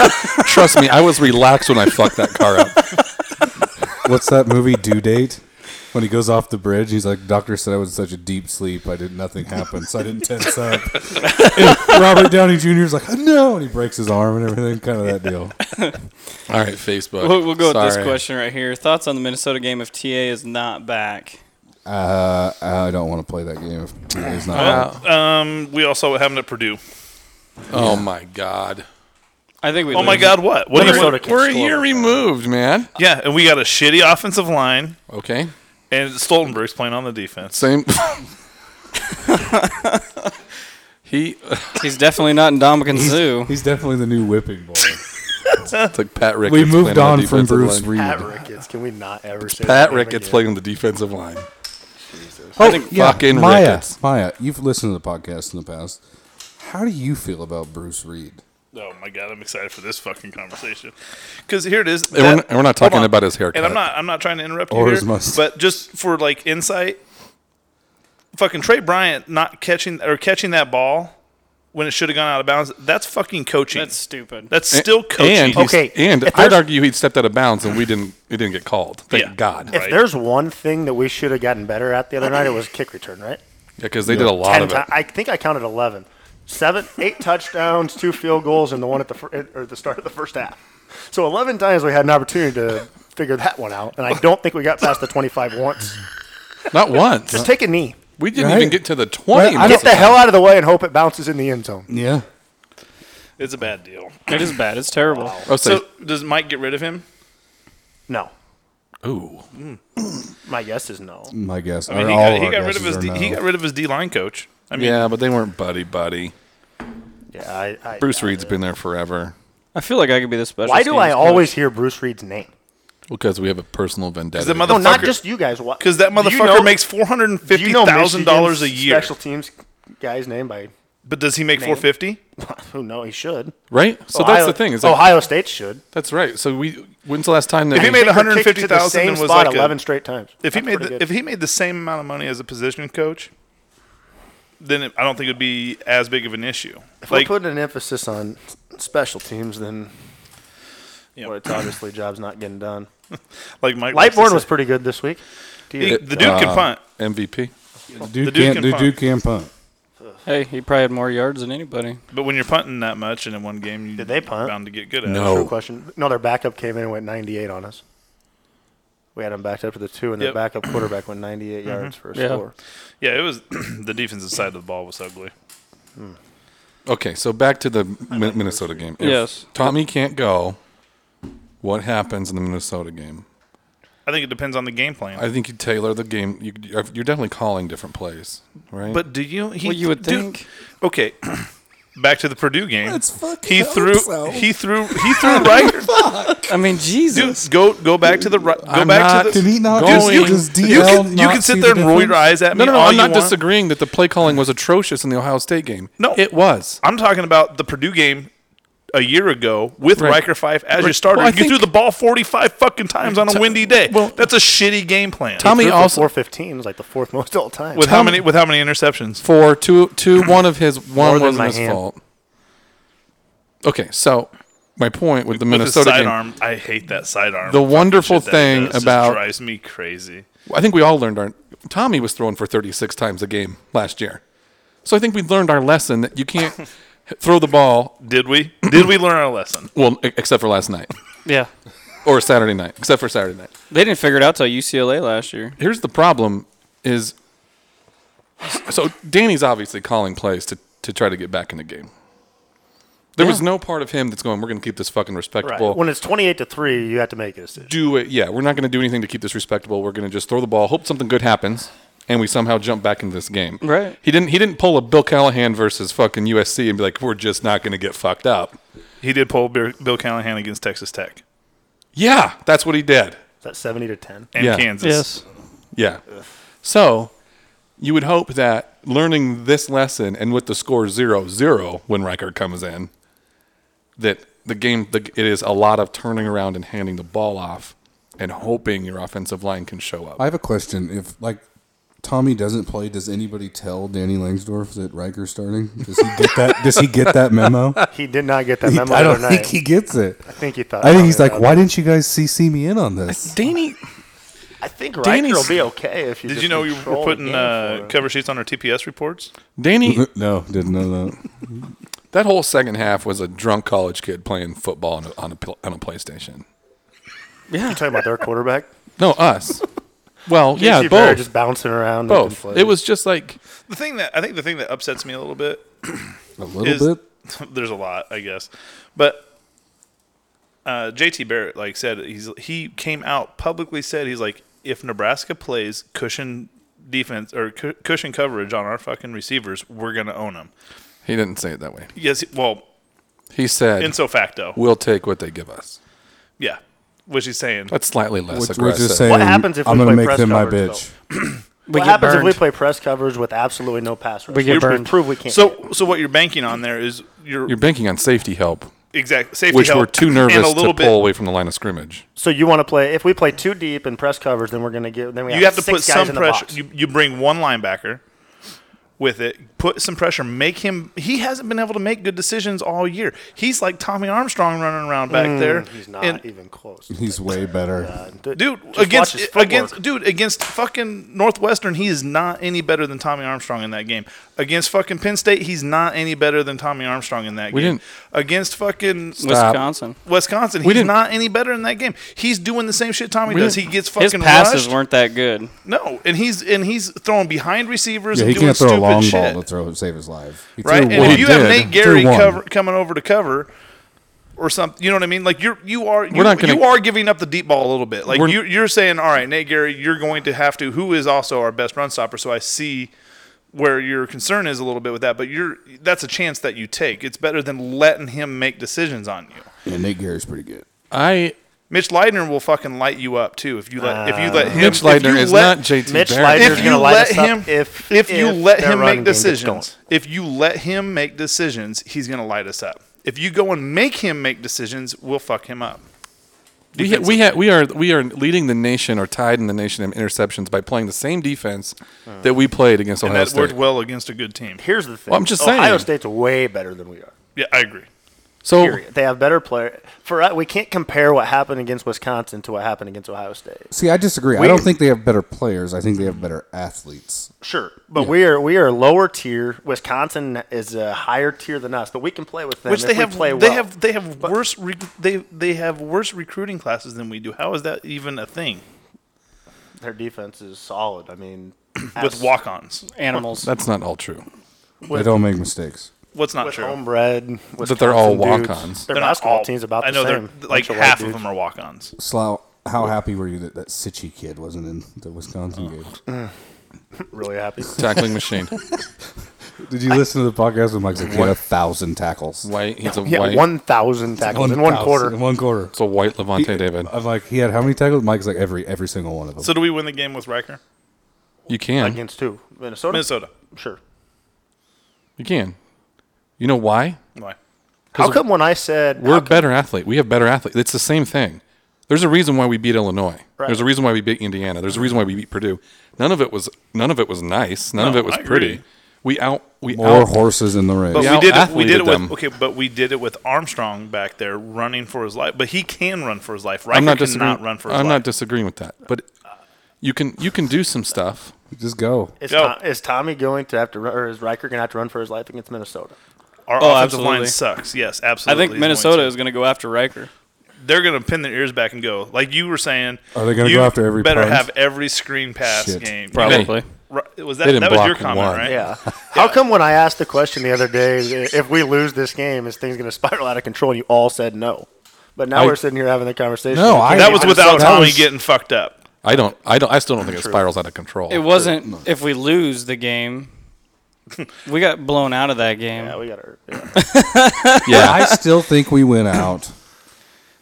trust me, I was relaxed when I fucked that car up.
What's that movie? Due date. When he goes off the bridge, he's like, "Doctor said I was in such a deep sleep. I did nothing happened, so I didn't tense up." And Robert Downey Jr. is like, "No," and he breaks his arm and everything. Kind of that deal.
All right, Facebook.
We'll, we'll go with this
Sorry.
question right here. Thoughts on the Minnesota game if TA is not back?
Uh, I don't want to play that game. If he's not. out.
um, we also happened at Purdue.
Oh my god.
I think we.
Oh my
lose.
God, what? What do you
Minnesota
want?
can't
We're a
score
year
like that.
removed, man.
Yeah, and we got a shitty offensive line,
Okay.
and Stoltenberg's playing on the defense.
Same. [LAUGHS] he.
He's definitely not in Dominican Zoo.
He's definitely the new whipping boy.
It's like Pat Ricketts.
we
playing
moved
the
on from
defensive
Bruce
line.
Reed.
Pat Ricketts, can we not ever say
Pat
his name
Ricketts
again?
playing on the defensive line.
I think
Fucking
Maya,
Ricketts.
Maya, you've listened to the podcast in the past. How do you feel about Bruce Reed?
Oh my God, I'm excited for this fucking conversation. Because here it is.
And we're, not, and we're not
hold
talking
on.
about his haircut.
And I'm not I'm not trying to interrupt you
Or
here,
his mustache.
but just for like insight, fucking Trey Bryant not catching or catching that ball when it should have gone out of bounds. That's fucking coaching.
that's
That's,
stupid.
still coaching.
And he's-
Okay,
and
if
I'd
there's-
argue he stepped out of bounds and we didn't. It didn't get called. Thank
Yeah.
God.
If
Right.
there's one thing that we should have gotten better at the other night, it was kick return, right?
Yeah, because they did a lot
Ten
of it.
ti- I think I counted eleven. Seven, eight touchdowns, two field goals, and the one at the fir- or the start of the first half. So eleven times we had an opportunity to figure that one out, and I don't think we got past the twenty-five once.
[LAUGHS] Not once.
Just take a knee,
We didn't
Right.
even get to the twenty.
Right, I
get
don't-
the hell out of the way, and hope it bounces in the end zone.
Yeah.
it's a bad deal.
it is bad. It's terrible.
oh, so,
So does Mike get rid of him?
No,
ooh.
my guess is no.
My guess.
I mean, he got, he got rid of his D, he got rid of his D line coach. I mean,
Yeah, but they weren't buddy buddy.
Yeah, I, I
Bruce
doubt
Reed's
it.
been there forever.
I feel like I could be the special.
Why do
teams
I
coach.
always hear Bruce Reed's name?
Because we have a personal vendetta.
the
No, not
Fucker.
just you guys. Why-
because that
Do
motherfucker
you know-
makes four hundred and
do
fifty
you know
thousand dollars a
Michigan's
year.
Special teams guy's name by
But does he make four fifty?
who? No, he should.
right? So
Ohio-
that's the thing. Is like,
Ohio State should.
that's right. So we. When's the last time that
If he
we-
made
Kicked the- kicked it to the
150,000
same
and was
spot
like a-
11 straight times.
If he
That's
made
pretty
the,
good.
if he made the same amount of money as a position coach, then it, I don't think it would be as big of an issue.
If
like
we're putting an emphasis on special teams, then
you know,
well, it's obviously job's not getting done.
like Mike likes to
Lightborn
say.
was pretty good this week. Do you-
He- the dude can punt.
MVP.
Dude,
dude
can't,
can
the
punt.
dude can punt.
Hey, he probably had more yards than anybody.
But when you're punting that much and in one game, you
Did they punt?
Bound to get good at
No.
it.
True question. No, their backup came in and went 98 on us. We had them backed up to the two, and their
Yep. Mm-hmm.
backup quarterback went 98 yards for a
Yeah.
score.
Yeah, it was [CLEARS THROAT] the defensive side of the ball was ugly.
Okay, so back to the Min- Minnesota game. If
Yes.
Tommy can't go. What happens in the Minnesota game?
I think it depends on the game plan.
I think you tailor the game. You, uh, you're definitely calling different plays, right?
but do you? He,
Well, you would
do-
think.
Okay, [CLEARS THROAT] back to the Purdue game.
Let's fucking
he
hope
threw.
so.
He threw. He threw right.
I mean,
Dude,
Jesus.
go go back to the right. Go
I'm
back
not-
to
Did
the.
he not
Going-
just,
you,
does DL
you can, you
not
can
see
sit
the
there and roll your
difference?
eyes at
no,
me
no, no.
all
I'm
you
not
want.
disagreeing that the play calling was atrocious in the Ohio State game.
No.
it was.
I'm talking about the Purdue game a year ago with
Right.
Riker Fife as your
Right.
starter.
Well, I
you threw
think-
the ball 45 fucking times on a windy day.
well-
That's a shitty game plan.
Tommy
Threw for
also
415 is like the fourth [LAUGHS] most all time.
with how many with how many interceptions?
for two two one of his
More
one
than
wasn't
my
his
hand.
fault. Okay, so my point with the
With his
Minnesota game,
sidearm, I hate that sidearm.
The
Fucking
wonderful
shit that
thing
does just
about-
drives me crazy.
I think we all learned our. Tommy was throwing for 36 times a game last year, so I think we learned our lesson that you can't throw the ball.
Did we? Did we learn our lesson?
Well, e- except for last night
Yeah.
or Saturday night, except for Saturday night.
They didn't figure it out till UCLA last year.
Here's the problem: is so Danny's obviously calling plays to to try to get back in the game. There was no part of him that's going. We're going to keep this fucking respectable.
when it's 28 to three, you have to make a decision.
do it. Yeah, we're not going to do anything to keep this respectable. We're going to just throw the ball, hope something good happens, and we somehow jump back into this game.
Right.
He didn't. He didn't pull a Bill Callahan versus fucking USC and be like, we're just not going to get fucked up.
He did pull Bill Bill Callahan against Texas Tech
Yeah, that's what he did.
Is that 70 to 10?
and
Yeah.
Kansas.
Yeah. So you would hope that learning this lesson and with the score 0-0 when Riker comes in, that the game the, it is a lot of turning around and handing the ball off and hoping your offensive line can show up.
I have a question. If like Tommy doesn't play, does anybody tell Danny Langsdorf that Riker's starting? Does he get that? does he get that memo?
He did not get [LAUGHS] that
He-
memo
I don't
the other
think
night.
he gets it.
I think he thought.
I think he's
Tommy
like,
had
why
it.
didn't you guys CC me in on this?
Danny
I think
Danny's-
Riker will be okay if you.
Did
just
you know you
control
were
the
putting
game
[LAUGHS] uh,
for him.
cover sheets on our TPS reports?
Danny
[LAUGHS] no, [LAUGHS] didn't know that.
That whole second half was a drunk college kid playing football on a, on a, pl- on a PlayStation.
Yeah.
You talking about
[LAUGHS]
their quarterback?
No, us. Well, yeah,
Casey Barrett
both.
just bouncing around. making
Both.
plays.
It was just like
The thing that I think the thing that upsets me a little bit
A little
is
bit.
[LAUGHS] there's a lot, I guess, but uh, JT Barrett like said he's he came out publicly said he's like if Nebraska plays cushion defense or cu- cushion coverage on our fucking receivers, we're gonna own them.
he didn't say it that way.
Yes, well,
He said,
in so facto,
"We'll take what they give us."
yeah, which he's saying.
That's slightly less
Which we're
aggressive.
just saying.
What happens if
I'm
we
gonna
play
make
press
them my
coverage,
bitch?
We
What
get
happens
burned.
if we play press coverage with absolutely no pass rush?
We get burned.
prove we can't.
So, so what you're banking on there is your
You're banking on safety help,
exact safety
which
help
we're too
and
nervous
a
to pull
little bit-
away from the line of scrimmage.
So you want to play? If we play too deep in press coverage, then we're going to get. Then we
you have to
six
put
guys
some
in the
pressure.
box.
You, you bring one linebacker with it, put some pressure, make him. He hasn't been able to make good decisions all year. He's like Tommy Armstrong running around back there.
Mm, He's not
And-
even close.
He's way better.
Dude,
Dude,
just watch
against
his footwork.
against dude against fucking Northwestern, he is not any better than Tommy Armstrong in that game. Against fucking Penn State, he's not any better than Tommy Armstrong in that
We
game.
didn't-
Against fucking
Wisconsin.
Wisconsin,
We
he's
didn't-
not any better in that game. He's doing the same shit Tommy
We
does. He
didn't-
gets
His
fucking
passes
rushed.
weren't that good.
No, and he's and he's throwing behind receivers
Yeah,
and
he
doing
can't throw a
stupid
long
shit.
ball to throw save his life. He
right?
threw
And
one.
if you
He
have
did.
Nate Gary
Threw one.
cover, coming over to cover or something, you know what I mean? Like you're you are you,
We're not gonna-
you are giving up the deep ball a little bit. Like
We're-
you you're saying, all right, Nate Gary, you're going to have to who is also our best run stopper. So I see where your concern is a little bit with that, but you're that's a chance that you take. It's better than letting him make decisions on you.
Yeah, Nate Gary's pretty good.
I
Mitch Leitner will fucking light you up too if you let if you let him
Mitch
if you
Leitner is
let-
not JT
Mitch
Barrett.
Leitner's
if
gonna
you
light
let
us up
him
if-
if, you
if
let
their
him
running
make
game gets
decisions
going.
if you let him make decisions he's going to light us up if you go and make him make decisions we'll fuck him up
we ha- we ha- we are we are leading the nation or tied in the nation in interceptions by playing the same defense that we played against
Uh. and
Ohio
that worked
State.
well against a good team
Here's the thing. Oh,
Well, I'm just
Ohio
saying.
State's way better than we are.
yeah i agree
So
Period. They have better player. For uh, we can't compare what happened against Wisconsin to what happened against Ohio State.
See, I disagree. I don't think they have better players. I think they have better athletes.
Sure, but we are we are lower tier. Wisconsin is a higher tier than us, but we can play with them.
Which
if
they
we
have,
play
they
well.
have, they have worse. Re- they they have worse recruiting classes than we do. How is that even a thing
Their defense is solid. I
[CLEARS THROAT]
mean,
with walk-ons?
Animals.
that's not all true.
they don't make mistakes.
What's not
with
true?
homebred.
That they're all
Wisconsin dudes.
walk-ons.
Their
They're not
basketball
all-
team's about the
I know
same.
they're like
Bunch white
half of
dudes.
them are walk-ons.
Slow. How happy were you that that Sitchy kid wasn't in the Wisconsin game?
really happy.
Tackling machine.
[LAUGHS] Did you listen to the podcast when Mike's like, what a thousand tackles?
White. He's a
Yeah,
white.
one thousand tackles in one
1,000
quarter.
In one quarter.
It's a white Levante David.
I'm like, he uh, had how many tackles? Mike's like, every every single one of them.
So do we win the game with Riker?
You can.
Against who? Minnesota.
Minnesota.
Sure.
You can. You know why?
Why?
How come when I said
We're
how
a better athlete. We have better athletes. It's the same thing. There's a reason why we beat Illinois.
Right.
There's a reason why we beat Indiana. There's a reason why we beat Purdue. None of it was none of it was nice. None of
No,
it was
I agree.
pretty. We out we
More
out
horses in the race.
But
We
we did it. We
out-athleted
did it with
them.
okay, but we did it with Armstrong back there running for his life. But he can run for his life. Riker
I'm not
cannot
disagreeing.
run for his
I'm not
life.
disagreeing with that. But you can you can do some stuff.
Just go.
Is,
Go.
Tom, is Tommy going to have to run, or is Riker going to have to run for his life against Minnesota?
Our
Oh,
offensive line
absolutely.
sucks. Yes,
I
absolutely.
think
He's going
Minnesota
to.
is going to go after Riker.
They're going to pin their ears back and go like you were saying.
Are they gonna
you
go after every
Better
punt?
have every screen pass
Shit.
game.
Probably.
Ri- Was
They
that
didn't
that was
block
your comment,
one. [LAUGHS]
right?
Yeah. How come when I asked the question the other day, if we lose this game, is things going to spiral out of control? And you all said no. But now
I-
we're sitting here having the conversation.
No,
We
I-
can't
That was
even
without
decide-
Tommy
was-
getting fucked up.
I don't I don't I still don't think it spirals out of control.
It wasn't if we lose the game. we got blown out of that game.
Yeah, we got to. Yeah.
yeah.
I still think we went out.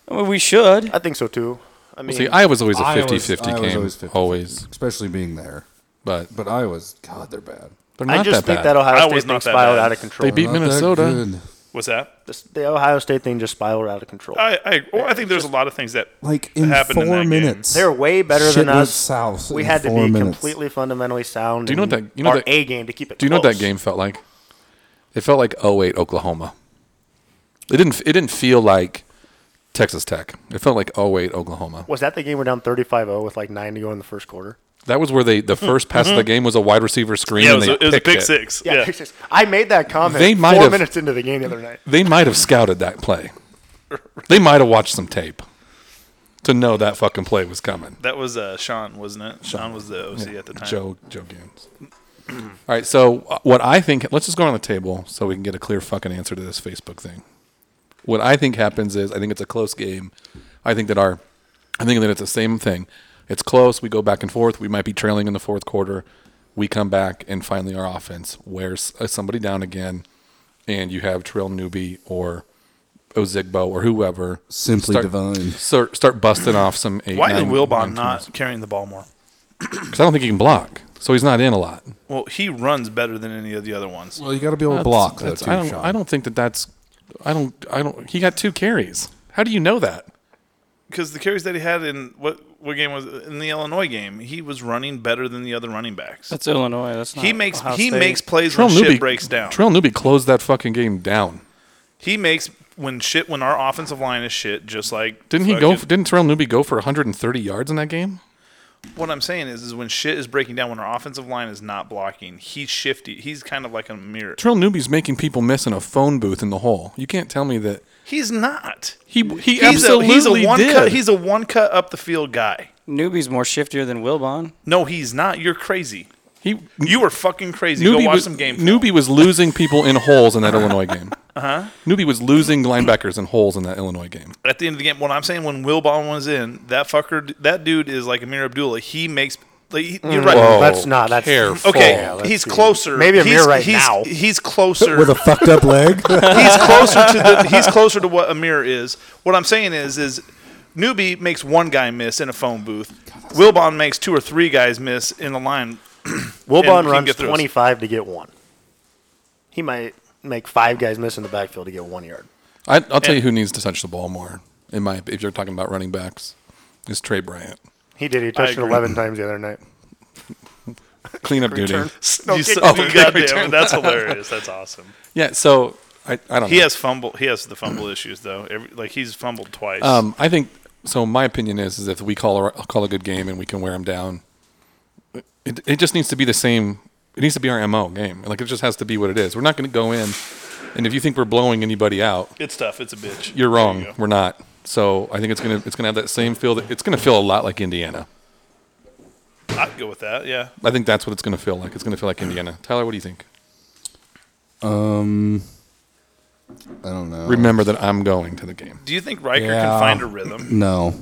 I mean, we should.
I think so too. I mean,
See, I was always a 50-50 game.
Iowa's
Always,
always 50-50, especially being there.
but
But Iowa's, God, they're bad.
they're
I
not
just
that
think
bad.
that Ohio
Iowa's
State thing
not that
spiraled
bad.
out of control.
They beat
Not that
Minnesota.
good.
What's that?
This- the Ohio State thing just spiraled out of control.
I I, well, I think there's a lot of things that
Like in
happened in
four
that game.
minutes,
They're way better
Shit
than
went
us.
south
we
in
had to
four
be
minutes.
completely fundamentally sound.
Do you know
in
what that- you know
our
that-
A game to keep it.
Do you know what that
close.
game felt like? It felt like 08 Oklahoma. It didn't. It didn't feel like Texas Tech. It felt like 08 Oklahoma.
was? That the game we're down 35-0 with like nine to go in the first quarter.
That was where they the first pass of the game was a wide receiver screen.
Mm-hmm. Yeah,
and
it was,
they
a, it was a
picked
pick six.
Yeah,
Yeah,
pick six. [LAUGHS] I made that comment
They might
four
have-
minutes into the game the other night.
They might have scouted that
[LAUGHS]
play. They might have watched some tape to know that fucking play was coming.
that was uh, Sean, wasn't it? Sean was the OC at the time.
Joe Joe Gaines. All right, so uh, what I think, let's just go on the table so we can get a clear fucking answer to this Facebook thing. What I think happens is, I think it's a close game. I think that our, I think that it's the same thing. It's close. We go back and forth. We might be trailing in the fourth quarter. We come back and finally our offense wears uh, somebody down again, and you have Trail Newby or Ozigbo or whoever
Simply
start,
divine.
Start, start busting off some eight.
Why did
nine-
Wilbon
nine
not
turnovers.
carrying the ball more?
'Cause I don't think he can block, so he's not in a lot.
Well, he runs better than any of the other ones.
Well, you got to be able
That's-
to block. though,
that's-
too,
I don't.
Sean.
I don't think that that's. I don't. I don't. He got two carries. How do you know that?
Because the carries that he had in what what game was it? in the Illinois game, he was running better than the other running backs.
That's Illinois. That's not
he makes
Ohio
he
State.
makes plays
Terrell
when
Newby
shit breaks down.
Terrell Newby closed that fucking game down.
he makes when shit when our offensive line is shit. Just like
Didn't he go?
fucking-
For, didn't Terrell Newby go for 130 yards in that game?
what I'm saying is, is when shit is breaking down, when our offensive line is not blocking, he's shifty. He's kind of like a mirror.
Terrell Newby's making people miss in a phone booth in the hole. You can't tell me that
He's not.
he he
He's a,
absolutely
he's a one
did.
cut. He's a one cut up the field guy.
Newbie's more shiftier than Wilbon.
No, he's not. You're crazy.
he
You were fucking crazy.
Newby
Go watch
was
some game. film.
Newby was losing people in holes in that Illinois
[LAUGHS]
game. Uh huh.
Uh-huh.
Newby was losing linebackers in holes in that Illinois game.
at the end of the game, what I'm saying when Wilbon was in, that fucker, that dude is like Amir Abdullah. He makes. Like, he- you're right.
Whoa. That's not- that's-
careful.
Okay,
Mm, Yeah, let's
he's
see.
closer.
Maybe Amir
he's,
right
he's,
now.
He's closer.
with a fucked up leg.
[LAUGHS]
he's closer to the. He's closer to what Amir is. What I'm saying is, is newbie makes one guy miss in a phone booth. Wilbon makes two or three guys miss in the line.
Wilbon
And we can
runs
get through this.
25 to get one. He might make five guys miss in the backfield to get one yard.
I, I'll tell you who needs to touch the ball more. In my, if you're talking about running backs, is Trey Bryant
He did. He touched it
agree.
11 times the other night.
cleanup duty?
No,
you
kick
so,
return.
goddamn, that's hilarious. That's awesome.
Yeah. So I, I don't
He
know.
has fumble. He has the fumble issues though. Every, like he's fumbled twice.
Um, I think so. My opinion is is if we call a, call a good game and we can wear them down, it it just needs to be the same. It needs to be our mo game. Like it just has to be what it is. We're not going to go in, and if you think we're blowing anybody out,
it's tough. It's a bitch.
you're wrong.
There you go.
we're not. So I think it's gonna it's gonna have that same feel. That, it's gonna feel a lot like Indiana.
I'd go with that. Yeah.
I think that's what it's gonna feel like. It's gonna feel like Indiana. Tyler, what do you think?
Um, I don't know.
Remember that I'm going to the game.
Do you think Riker
Yeah.
can find a rhythm?
No.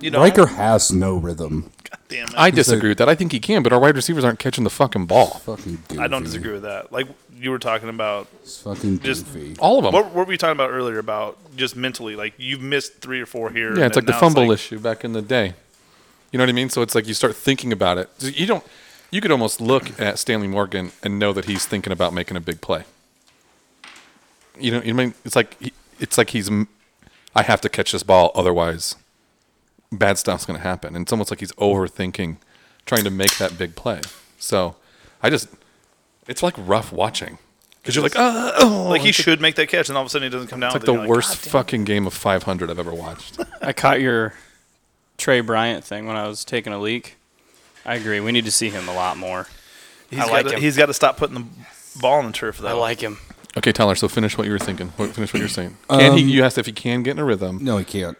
You know,
Riker has no rhythm.
Damn it.
I
I,
disagree with that. I think he can, but our wide receivers aren't catching the fucking ball.
Fucking goofy.
don't disagree with that. Like you were talking about.
It's fucking
Just-
goofy.
All of them.
What, what were we talking about earlier about just mentally? Like you've missed three or four here.
Yeah,
and
it's like the
now
fumble issue back in the day. You know what I mean? So it's like you start thinking about it. You don't. You could almost look at Stanley Morgan and know that he's thinking about making a big play. You know, you mean it's like he, it's like he's. m- I have to catch this ball, otherwise, bad stuff's going to happen. And it's almost like he's overthinking, trying to make that big play. So, I just, it's like rough watching because you're like, ah, oh,
Like he should make that catch, and all of a sudden he doesn't come down.
it's like
with it,
the
and you're
worst
"God damn it."
fucking game of 500 I've ever watched.
I caught your Trey Bryant thing when I was taking a leak. I agree. We need to see him a lot more.
He's
I
gotta,
like him.
He's got to stop putting the ball on the turf though.
I like him.
Okay, Tyler. So finish what you were thinking. What- Finish what you're saying. Can he?
Um,
You asked if he can get in a rhythm.
No, he can't.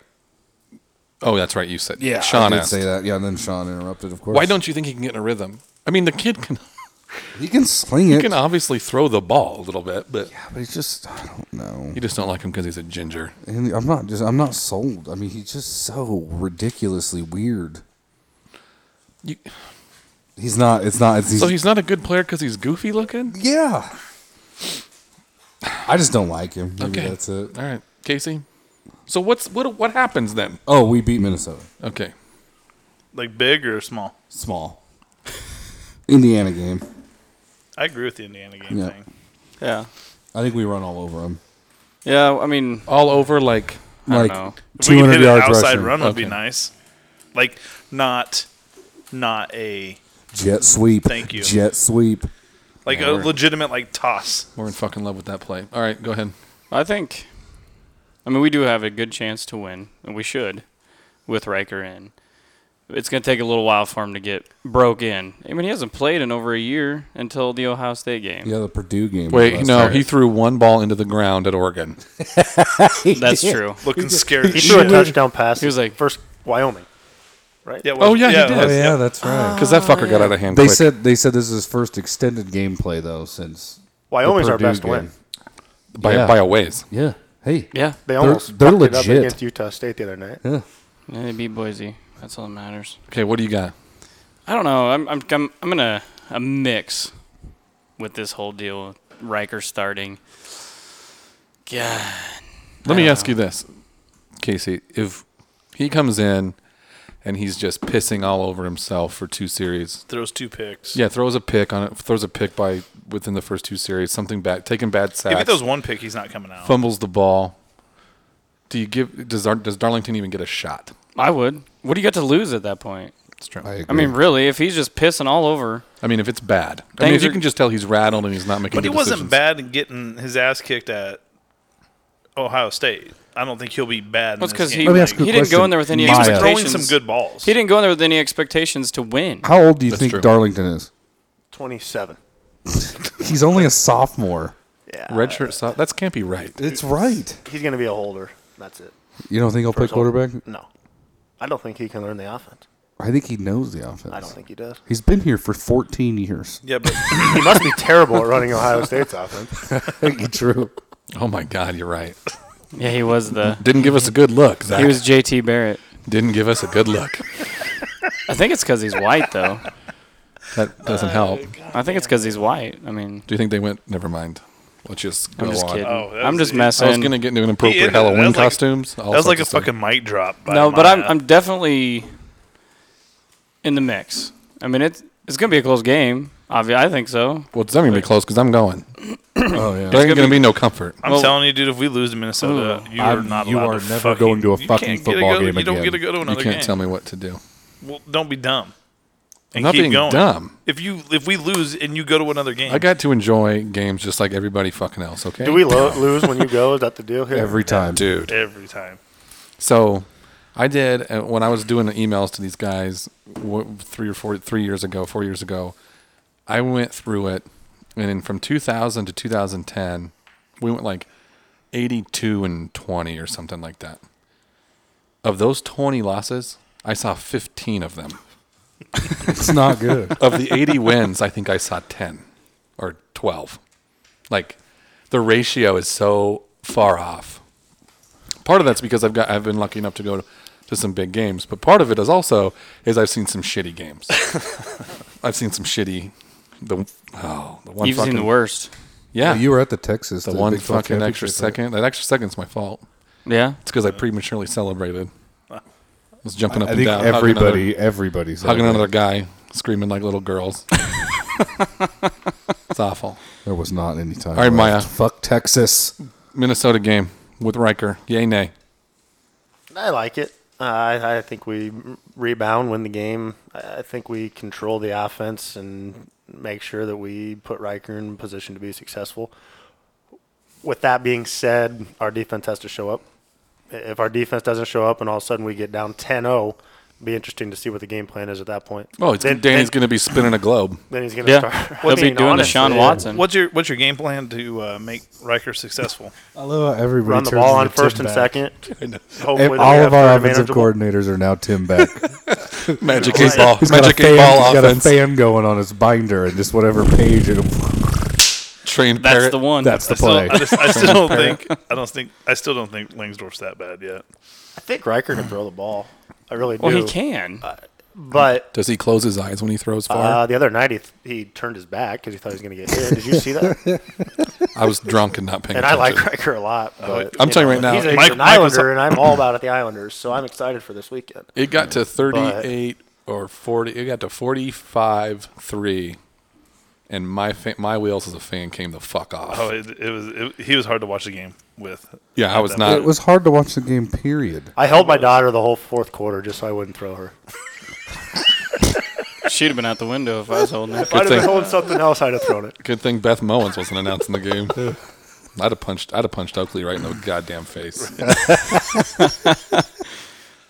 Oh, that's right. You said.
I
Sean
did
asked.
say that. Yeah, and then Sean interrupted. Of course.
Why don't you think he can get in a rhythm? I mean, the kid can.
he can sling it?
He can uh, obviously throw the ball a little bit, but
yeah, but he's just I don't know.
you just don't like him because he's a ginger.
And I'm not just I'm not sold. I mean, he's just so ridiculously weird.
You-
He's not. It's not. It's, he's,
So he's not a good player because he's goofy looking.
yeah. I just don't like him. Maybe
Okay,
that's it.
All right, Casey. So what's what? What happens then?
Oh, we beat Minnesota.
Okay.
Like big or small.
Small. [LAUGHS] Indiana game.
I agree with the Indiana game
Yeah.
thing.
Yeah.
I think we run all over him.
Yeah, I mean,
All over like.
I
Like
don't know.
If we could
200
hit an
yard
outside
rushing.
run would be
Okay.
nice. Like not, not a
Jet sweep.
Thank you.
Jet sweep.
like
Yeah,
a
we're-
legitimate like toss.
We're in fucking love with that play. All right, go ahead.
I think, I mean, we do have a good chance to win, and we should, with Riker in. It's going to take a little while for him to get broke in. I mean, he hasn't played in over a year until the Ohio State game.
Yeah, the Purdue game. was
Wait,
last
no,
night.
he threw one ball into the ground at Oregon. [LAUGHS]
That's true.
Looking scared.
He
as
threw a
shit.
touchdown pass.
He was like-
first Wyoming.
Yeah, it
Oh,
was-
yeah, he
it
did.
was,
Oh yeah,
yep.
that's right.
Because that fucker got out of hand.
they
quick.
said they said this is his first extended gameplay though since the
Wyoming's our
Purdue
best win.
game.
by
yeah.
by a ways.
Yeah. Hey.
Yeah.
They
They're-
almost
they're
fucked it up
legit.
against Utah State the other night.
Yeah.
yeah. They beat Boise. That's all that matters.
Okay, what do you got?
I don't know. I'm, I'm, I'm, I'm in a, a mix with this whole deal with Riker starting. Yeah.
Let
I
me
don't
ask you this, Casey. If he comes in and he's just pissing all over himself for two series,
Throws two picks.
yeah, throws a pick on it, throws a pick by within the first two series, something bad, taking bad
If he
sacks,
throws one pick, he's not coming out.
fumbles the ball. Do you give? Does Ar- does Darlington even get a shot?
I would. What do you got to lose at that point?
It's true.
I
I,
agree.
I mean, really, if he's just pissing all over.
mean, if it's bad, I mean,
Things
if you
are-
can just tell he's rattled and he's not making.
But he
good
wasn't
decisions.
bad in getting his ass kicked at Ohio State. I don't think he'll be bad. in
That's
this
because he,
game.
he
Let me ask you a
didn't
question.
go in there with any
He was
He's
expectations.
throwing some good balls.
He didn't go in there with any expectations to win.
How old do you think
true.
Darlington is?
Twenty-seven.
He's only a sophomore.
Yeah.
Redshirt. So- that can't be right.
It's right.
He's going to be a holder. That's it.
You don't think he'll play
First holder.
quarterback?
No. I don't think he can learn the offense.
I think he knows the offense.
I don't think he does.
He's been here for 14 years.
Yeah, but
He must be terrible at running Ohio State's offense.
True.
Oh my God, you're right.
Yeah, he was the
Didn't give us a good look. Zach.
he was JT Barrett.
Didn't give us a good look.
I think it's because he's white, though.
That doesn't
Uh,
help.
I think it's because he's white. I mean,
Do you think they went? Never mind. Let's just go
I'm just
on.
kidding.
Oh, that
I'm
was
just
the-
messing.
I was gonna get into
He
inappropriate
ended- that
Halloween
was like-
costumes.
that was like a fucking mic drop. By
no, but
my-
I'm I'm definitely in the mix. I mean, it's it's gonna be a close game. Obviously, I think so.
Well, it's not gonna be close because I'm going.
Oh yeah.
There ain't gonna be no comfort.
I'm
Well-
telling you, dude. If we lose to Minnesota, you are
I'm-
not.
you
allowed
are
to
never
fucking-
going to a
you can't
fucking
get
football
go,
game
You don't
again.
get to go to
You
another
can't
game.
tell me what to do.
Well, don't be dumb. and
not
keep
being
going.
dumb.
If you if we lose and you go to another game,
I got to enjoy games just like everybody fucking else. Okay.
Do we lo- lose when you go? Is that the deal here?
every time.
dude?
every time.
So I did uh, when I was doing the emails to these guys wh- three or four, three years ago, four years ago. I went through it, and then from 2000 to 2010, we went like 82 and 20 or something like that. Of those 20 losses, I saw 15 of them.
[LAUGHS] It's not good.
Of the 80 wins, I think I saw 10 or 12. Like the ratio is so far off. Part of that's because I've got I've been lucky enough to go to, some big games, but part of it is also is I've seen some shitty games. I've seen some shitty the oh the one
You've seen
fucking-
the worst.
yeah
You were at the Texas.
the
the
one
Big 12
fucking extra
championship, right?
second that extra second's my fault.
Yeah.
It's because I prematurely celebrated. I was jumping up
I
and
think
down, hugging
everybody, everybody's
another, hugging
out
another
there.
guy, screaming like little girls.
[LAUGHS]
it's awful.
There was not any time.
All right,
left.
Maya.
Fuck Texas.
Minnesota game with Riker. Yay, nay.
I like it. Uh, I, I think we rebound, win the game. I I think we control the offense and make sure that we put Riker in position to be successful. With that being said, our defense has to show up. I- If our defense doesn't show up and all of a sudden we get down 10-0, it'd be interesting to see what the game plan is at that point.
Oh, it's,
then,
Danny's
then,
going to be spinning a
[LAUGHS]
globe.
then he's going to
Yeah. [LAUGHS]
start.
They'll
I
be
mean,
doing the
honestly,
Sean
yeah.
Watson.
What's your what's your game plan to uh, make Riker
[LAUGHS]
successful?
I love how everybody
Run the
turns into
ball on
Tim
first and
Back.
second.
[LAUGHS] And
Hopefully,
all of our offensive coordinators are now Tim
[LAUGHS]
Beck.
Magic
He's-
eight ball.
He's got, a
Magic
fan,
eight
he's
ball
got a
offense.
fan going on his binder and just whatever page. It,
Trained
That's
parrot.
the one.
that's the
I still,
play.
I, just-
[LAUGHS]
I still don't think I don't think I still don't think Langsdorf's that bad yet.
I think Riker can throw the ball. I really do.
Well, he can.
But
Does he close his eyes when he throws far?
Uh, the other night, he, th- he turned his back because he thought he was going to get hit. Did you see that?
I was drunk and not paying
and I
attention.
like Riker a lot. But,
I'm
you
telling you
know,
right now,
he's, a- he's
Mike-
an
Mike was-
Islander, and I'm all about the Islanders, so I'm excited for this weekend.
It got to 38 or 40. It got to 45 3. And my fa- my wheels as a fan came the fuck off.
Oh, it, it was it, he was hard to watch the game with.
yeah, I was
it
not.
was hard to watch the game, period.
I held my daughter the whole fourth quarter just so I wouldn't throw her.
She'd have been out the window if I was holding it.
If I'd have been
thing.
holding something else, I'd have thrown it.
Good thing Beth Mowens wasn't announcing the game. I'd have punched. I'd have punched Oakley right in the goddamn face.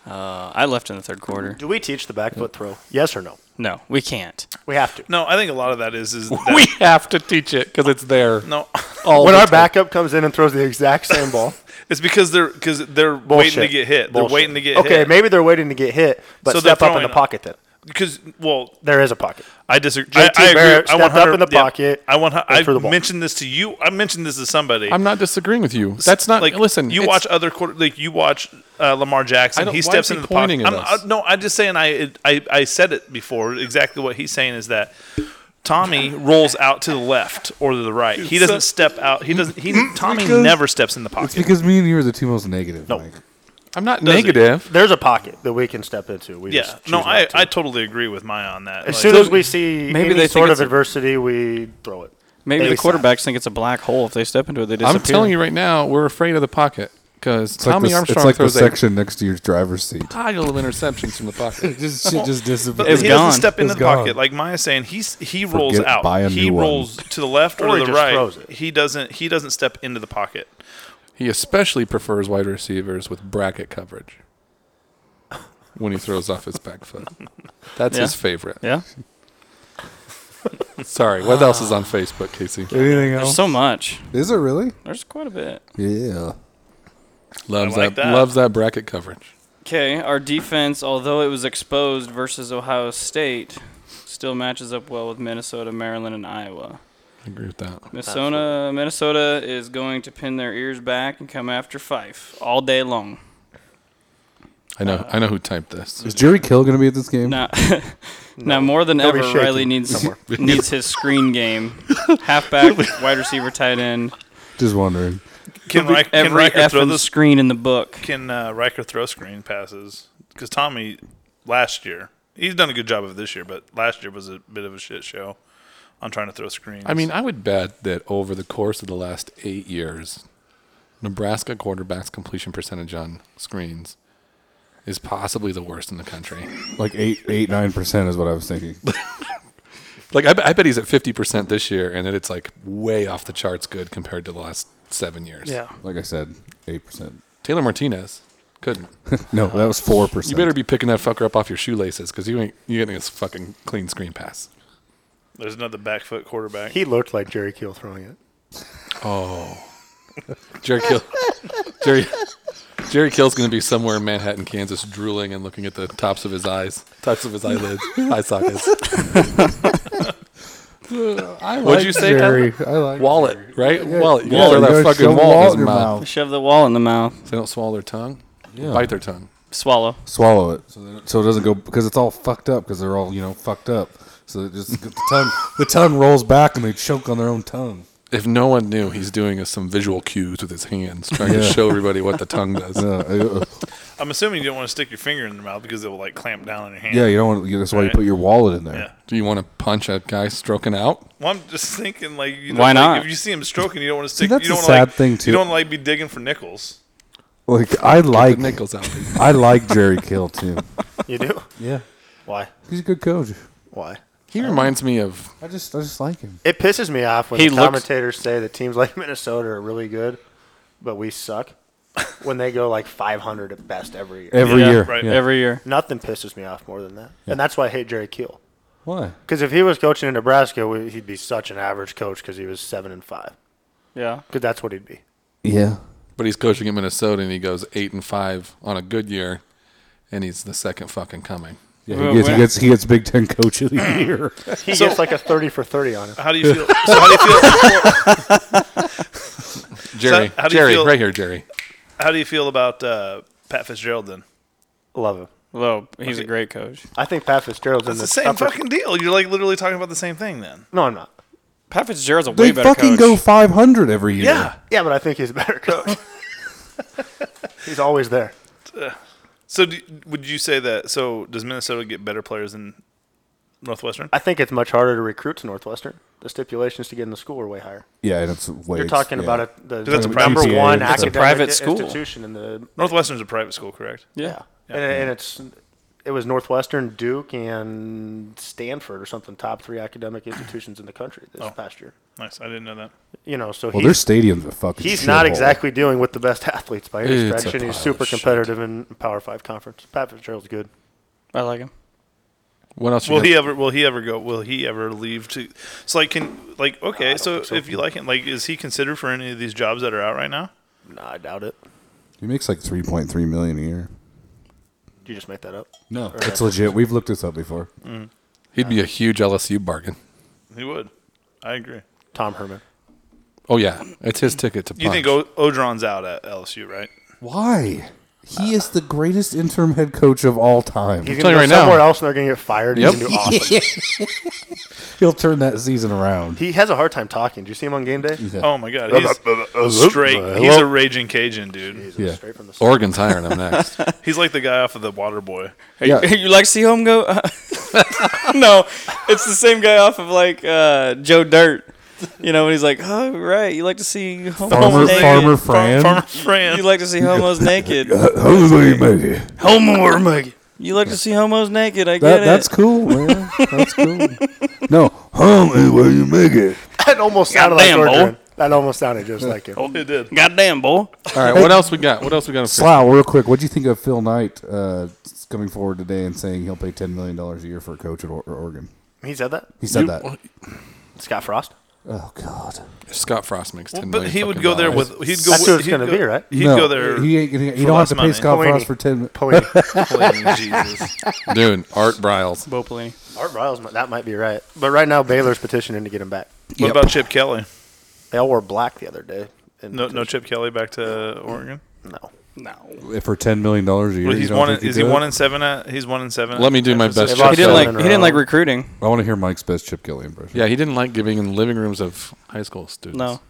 Uh, I left in the third quarter.
Do we teach the back foot throw? Yes or no?
No, we can't.
We have to.
No, I think a lot of that is
[LAUGHS]
is that,
we have to teach it because it's there.
no, [LAUGHS]
all
When
the
our
time.
backup comes in and throws the exact same ball,
it's because they're because they're
bullshit.
waiting to get hit.
Bullshit.
They're waiting to get
okay,
hit.
maybe they're waiting to get hit, but
So they're
step up in
throwing
the
up.
pocket then.
because well,
There is a pocket.
I disagree.
JT
I, I
Barrett
agree. I
stepped
want
up in the
yeah.
pocket
I want.
and
I
threw the ball.
mentioned this to you. I mentioned this to somebody.
I'm not disagreeing with you. That's not
like
listen.
You
it's-
watch other quarter like you watch uh, Lamar
I
Jackson.
don't-
He
why
steps
is he
into the
pointing
pocket.
at
I'm,
us?
I, no, I'm just saying. I, it- I I said it before. Exactly what he's saying is that Tommy rolls out to the left or to the right. He doesn't step out. He doesn't. He Tommy
because-
never steps in the
It's
pocket.
because me and you are the two most negative.
No.
Mike.
I'm not
Does it?
negative.
There's a pocket that we can step into. We
yeah.
just
No,
choose
I
not to.
I totally agree with Maya on that. Like,
As soon as we see
maybe
maybe
they
any
think
sort of
it's a-
adversity, we throw it.
Maybe
They
the
stop.
quarterbacks think it's a black hole. If they step into it, they disappear.
I'm telling you right now, we're afraid of the pocket because
It's like,
Tommy
the,
Armstrong
it's like the
throws
section next to your
[LAUGHS]
driver's seat.
a pile of interceptions from the pocket.
just, shit just
But
It's
he
gone.
doesn't step into
It's
the
gone.
pocket like Maya's saying. He's he rolls
Forget-
out.
buy a
he
new one.
rolls to the left or,
Or he
to the
just throws
right.
it.
He doesn't. He doesn't step into the pocket.
He especially prefers wide receivers with bracket coverage when he throws off his back foot. That's
Yeah.
his favorite.
Yeah.
Sorry, what else is on Facebook, Casey?
Anything
There's
else?
so much.
[LAUGHS] Is it really?
There's quite a bit.
Yeah.
Loves
I like
that,
that.
Loves that bracket coverage.
Okay, our defense, although it was exposed versus Ohio State, still matches up well with Minnesota, Maryland, and Iowa.
I agree with that.
Minnesota, Minnesota is going to pin their ears back and come after Fife all day long.
I know. I know who typed this.
Is Jerry Kill going to be at this game?
Now, [LAUGHS] now more than
They'll be
ever,
shaking
Riley needs
somewhere.
[LAUGHS] needs his screen game,
[LAUGHS]
halfback, wide receiver, tight end,
Just wondering.
Can, Ry- can
every
Riker throw
effing
the
screen in the book.
can uh, Riker throw screen passes? Because Tommy last year he's done a good job of it this year, but last year was a bit of a shit show on trying to throw screens.
I mean, I would bet that over the course of the last eight years, Nebraska quarterbacks' completion percentage on screens is possibly the worst in the country.
Like eight, eight, nine percent is what I was
[LAUGHS]
thinking.
Like I, bet- I bet he's at fifty percent this year, and then it's like way off the charts good compared to the last seven years.
Yeah.
Like I said, eight percent.
Taylor Martinez couldn't.
No, that was four percent.
You better be picking that fucker up off your shoelaces because you ain't you getting this fucking clean screen pass.
There's another back foot quarterback.
He looked like Jerry Keel throwing it.
[LAUGHS]
Jerry
[LAUGHS]
Kill, Jerry, Jerry Kill's going to be somewhere in Manhattan, Kansas, drooling and looking at the tops of his eyes, tops of his
[LAUGHS]
eyelids, eye sockets.
Uh, I
What'd you say,
Jerry? I like
Wallet, right? Wallet. You
Wallet.
gotta
You
throw
gotta
that fucking
shove
wallet in
your
his mouth.
Shove the wall in the mouth.
So they don't swallow their tongue. Bite their tongue.
Swallow.
Swallow it so, that it so it doesn't go because it's all fucked up because they're all you know fucked up. So it just the tongue the tongue rolls back and they choke on their
[LAUGHS]
own tongue.
If no one knew, he's doing us some visual cues with his hands, trying to
Yeah.
show everybody
[LAUGHS]
what the tongue does.
Uh, uh,
I'm assuming you don't want to stick your finger in their mouth because it will like clamp down on your hand.
yeah, you don't want. to That's why you
Right.
put your wallet in there.
Yeah.
Do you want to punch a guy stroking out?
Well, I'm just thinking like, you
Why
don't, like,
not?
if you see him stroking, you don't want to stick.
that's
you don't
a
wanna,
sad
like,
thing, too.
You don't like be digging for nickels.
Like I
Like
like
nickels out.
I like Jerry Kill too.
You do?
Yeah,
Why?
he's a good coach.
Why?
He reminds me of
I just I just like him.
It pisses me off when
He
the
looks-
commentators say that teams like [LAUGHS] Minnesota are really good, but we
[LAUGHS]
suck. when they go like 500 at best every year,
Every
Yeah,
year,
right.
Yeah.
Every year.
nothing pisses me off more than that, and that's why I hate Jerry Keel.
why?
Because if he was coaching in Nebraska, we- he'd be such an average coach because he was seven and five.
Yeah.
Because that's what he'd be.
Yeah,
But he's coaching at Minnesota, and he goes eight and five on a good year, and he's the second fucking coming.
yeah.
Well,
He gets, he
when-
gets he gets Big Ten Coach of the Year.
He gets like a 30 for 30 on it.
How do you feel? So how do you feel?
Jerry,
how do you
Jerry,
feel-
right here, Jerry.
How do you feel about uh, Pat Fitzgerald then?
Love him.
Low. He's a great coach.
I think Pat Fitzgerald's in
It's
the
the same
upper-
fucking deal. You're like literally talking about the same thing then.
No, I'm not.
Pat Fitzgerald's a way
They
better
fucking
coach.
go five hundred every year.
Yeah, but I think he's a better coach. he's always there.
So do, would you say that? So does Minnesota get better players than Northwestern?
I think it's much harder to recruit to Northwestern. The stipulations to get in the school are way higher.
yeah, and it's way
You're talking
yeah.
about it, the,
that's
the
a private
number
school.
one
That's a
academic
private school.
institution in the
Northwestern's a private school, correct?
Yeah.
and, and it's it was Northwestern, Duke, and Stanford or something top three academic institutions in the country this past year.
Nice. I didn't know that.
You know, so
Well, their
he's,
stadium's a fucking.
he's not
shithole.
exactly dealing with the best [LAUGHS] athletes by any
It's a
stretch, and he's
pile
super
of shit.
competitive in Power Five conference. Pat Fitzgerald's good.
I like him.
What else? you
Will
got?
he uh, ever? Will he ever go? Will he ever leave? To so like can like okay. so, if you like him, like is he considered for any of these jobs that are out right now?
Nah, I doubt it.
He makes like three point three million a year.
Did You just make that up.
No, it's legit. We've looked this up before.
He'd be a huge LSU bargain.
He would. I agree.
Tom Herman.
Oh yeah, it's his ticket to. Punch.
You think o- Odron's out at LSU, right?
Why? He is the greatest interim head coach of all time.
He's
telling
going
you
to
right
go
now.
somewhere else and they're going to get fired. and
Yep.
He's going to do
[LAUGHS]
awesome.
He'll turn that season around.
he has a hard time talking. Do you see him on game
[LAUGHS]
day?
Oh my God, he's straight. He's a raging Cajun dude.
He's
Yeah.
straight from the source.
Oregon's hiring him
[LAUGHS]
next?
He's like the guy off of the Water Boy.
Hey,
Yeah.
[LAUGHS] you like see home go? [LAUGHS] no, it's the same guy off of like uh, Joe Dirt. You know, when he's like, "Oh, right, you like to see homos
Farmer,
naked.
Farmer
Farm,
Fran. [LAUGHS]
Farmer Fran.
You like to see homos naked.
[LAUGHS]
Holy moly.
Homo naked. You like to see homos naked. I get
That, that's
it.
cool,
[LAUGHS]
man. That's cool. No, homie, where you make it?
[LAUGHS] That almost sounded like
Goddamn, Bo.
Orton. That almost sounded just like
[LAUGHS] Oh.
him.
it did.
Goddamn, boy.
All right, what else we got? What else we got? For-
Slow, real quick. What do you think of Phil Knight uh, coming forward today and saying he'll pay ten million dollars a year for a coach at or- Oregon?
He said that.
He said that.
[LAUGHS]
Scott Frost.
Oh God.
Scott Frost makes ten
But
million
he would
fucking
go there
dollars.
with. He'd go.
That's
with-
who it's
he'd
gonna
go-
be, right?
He'd
no,
go there.
He ain't. gonna-
for
You don't have
less
to pay
money.
Scott
Pelini.
Frost for ten.
Pelini.
Please,
[LAUGHS]
Jesus.
[LAUGHS] dude Art Briles.
Bo Pelini.
Art Briles. might- That might be right. But right now, Baylor's petitioning to get him back.
What about Chip Kelly?
They all wore black the other day. And
No, no Chip Kelly back to Oregon.
No.
No,
For ten million dollars a year,
Well,
you
he's
don't
one.
think
Is he
do it?
one in seven? At, he's one in seven.
Let me do
at
my
Frisco
best.
They've lost
he didn't
seven
like.
in a
He didn't
row.
like recruiting.
I want to hear Mike's best Chip Kelly impression.
Yeah, he didn't like giving in living rooms of high school students.
No,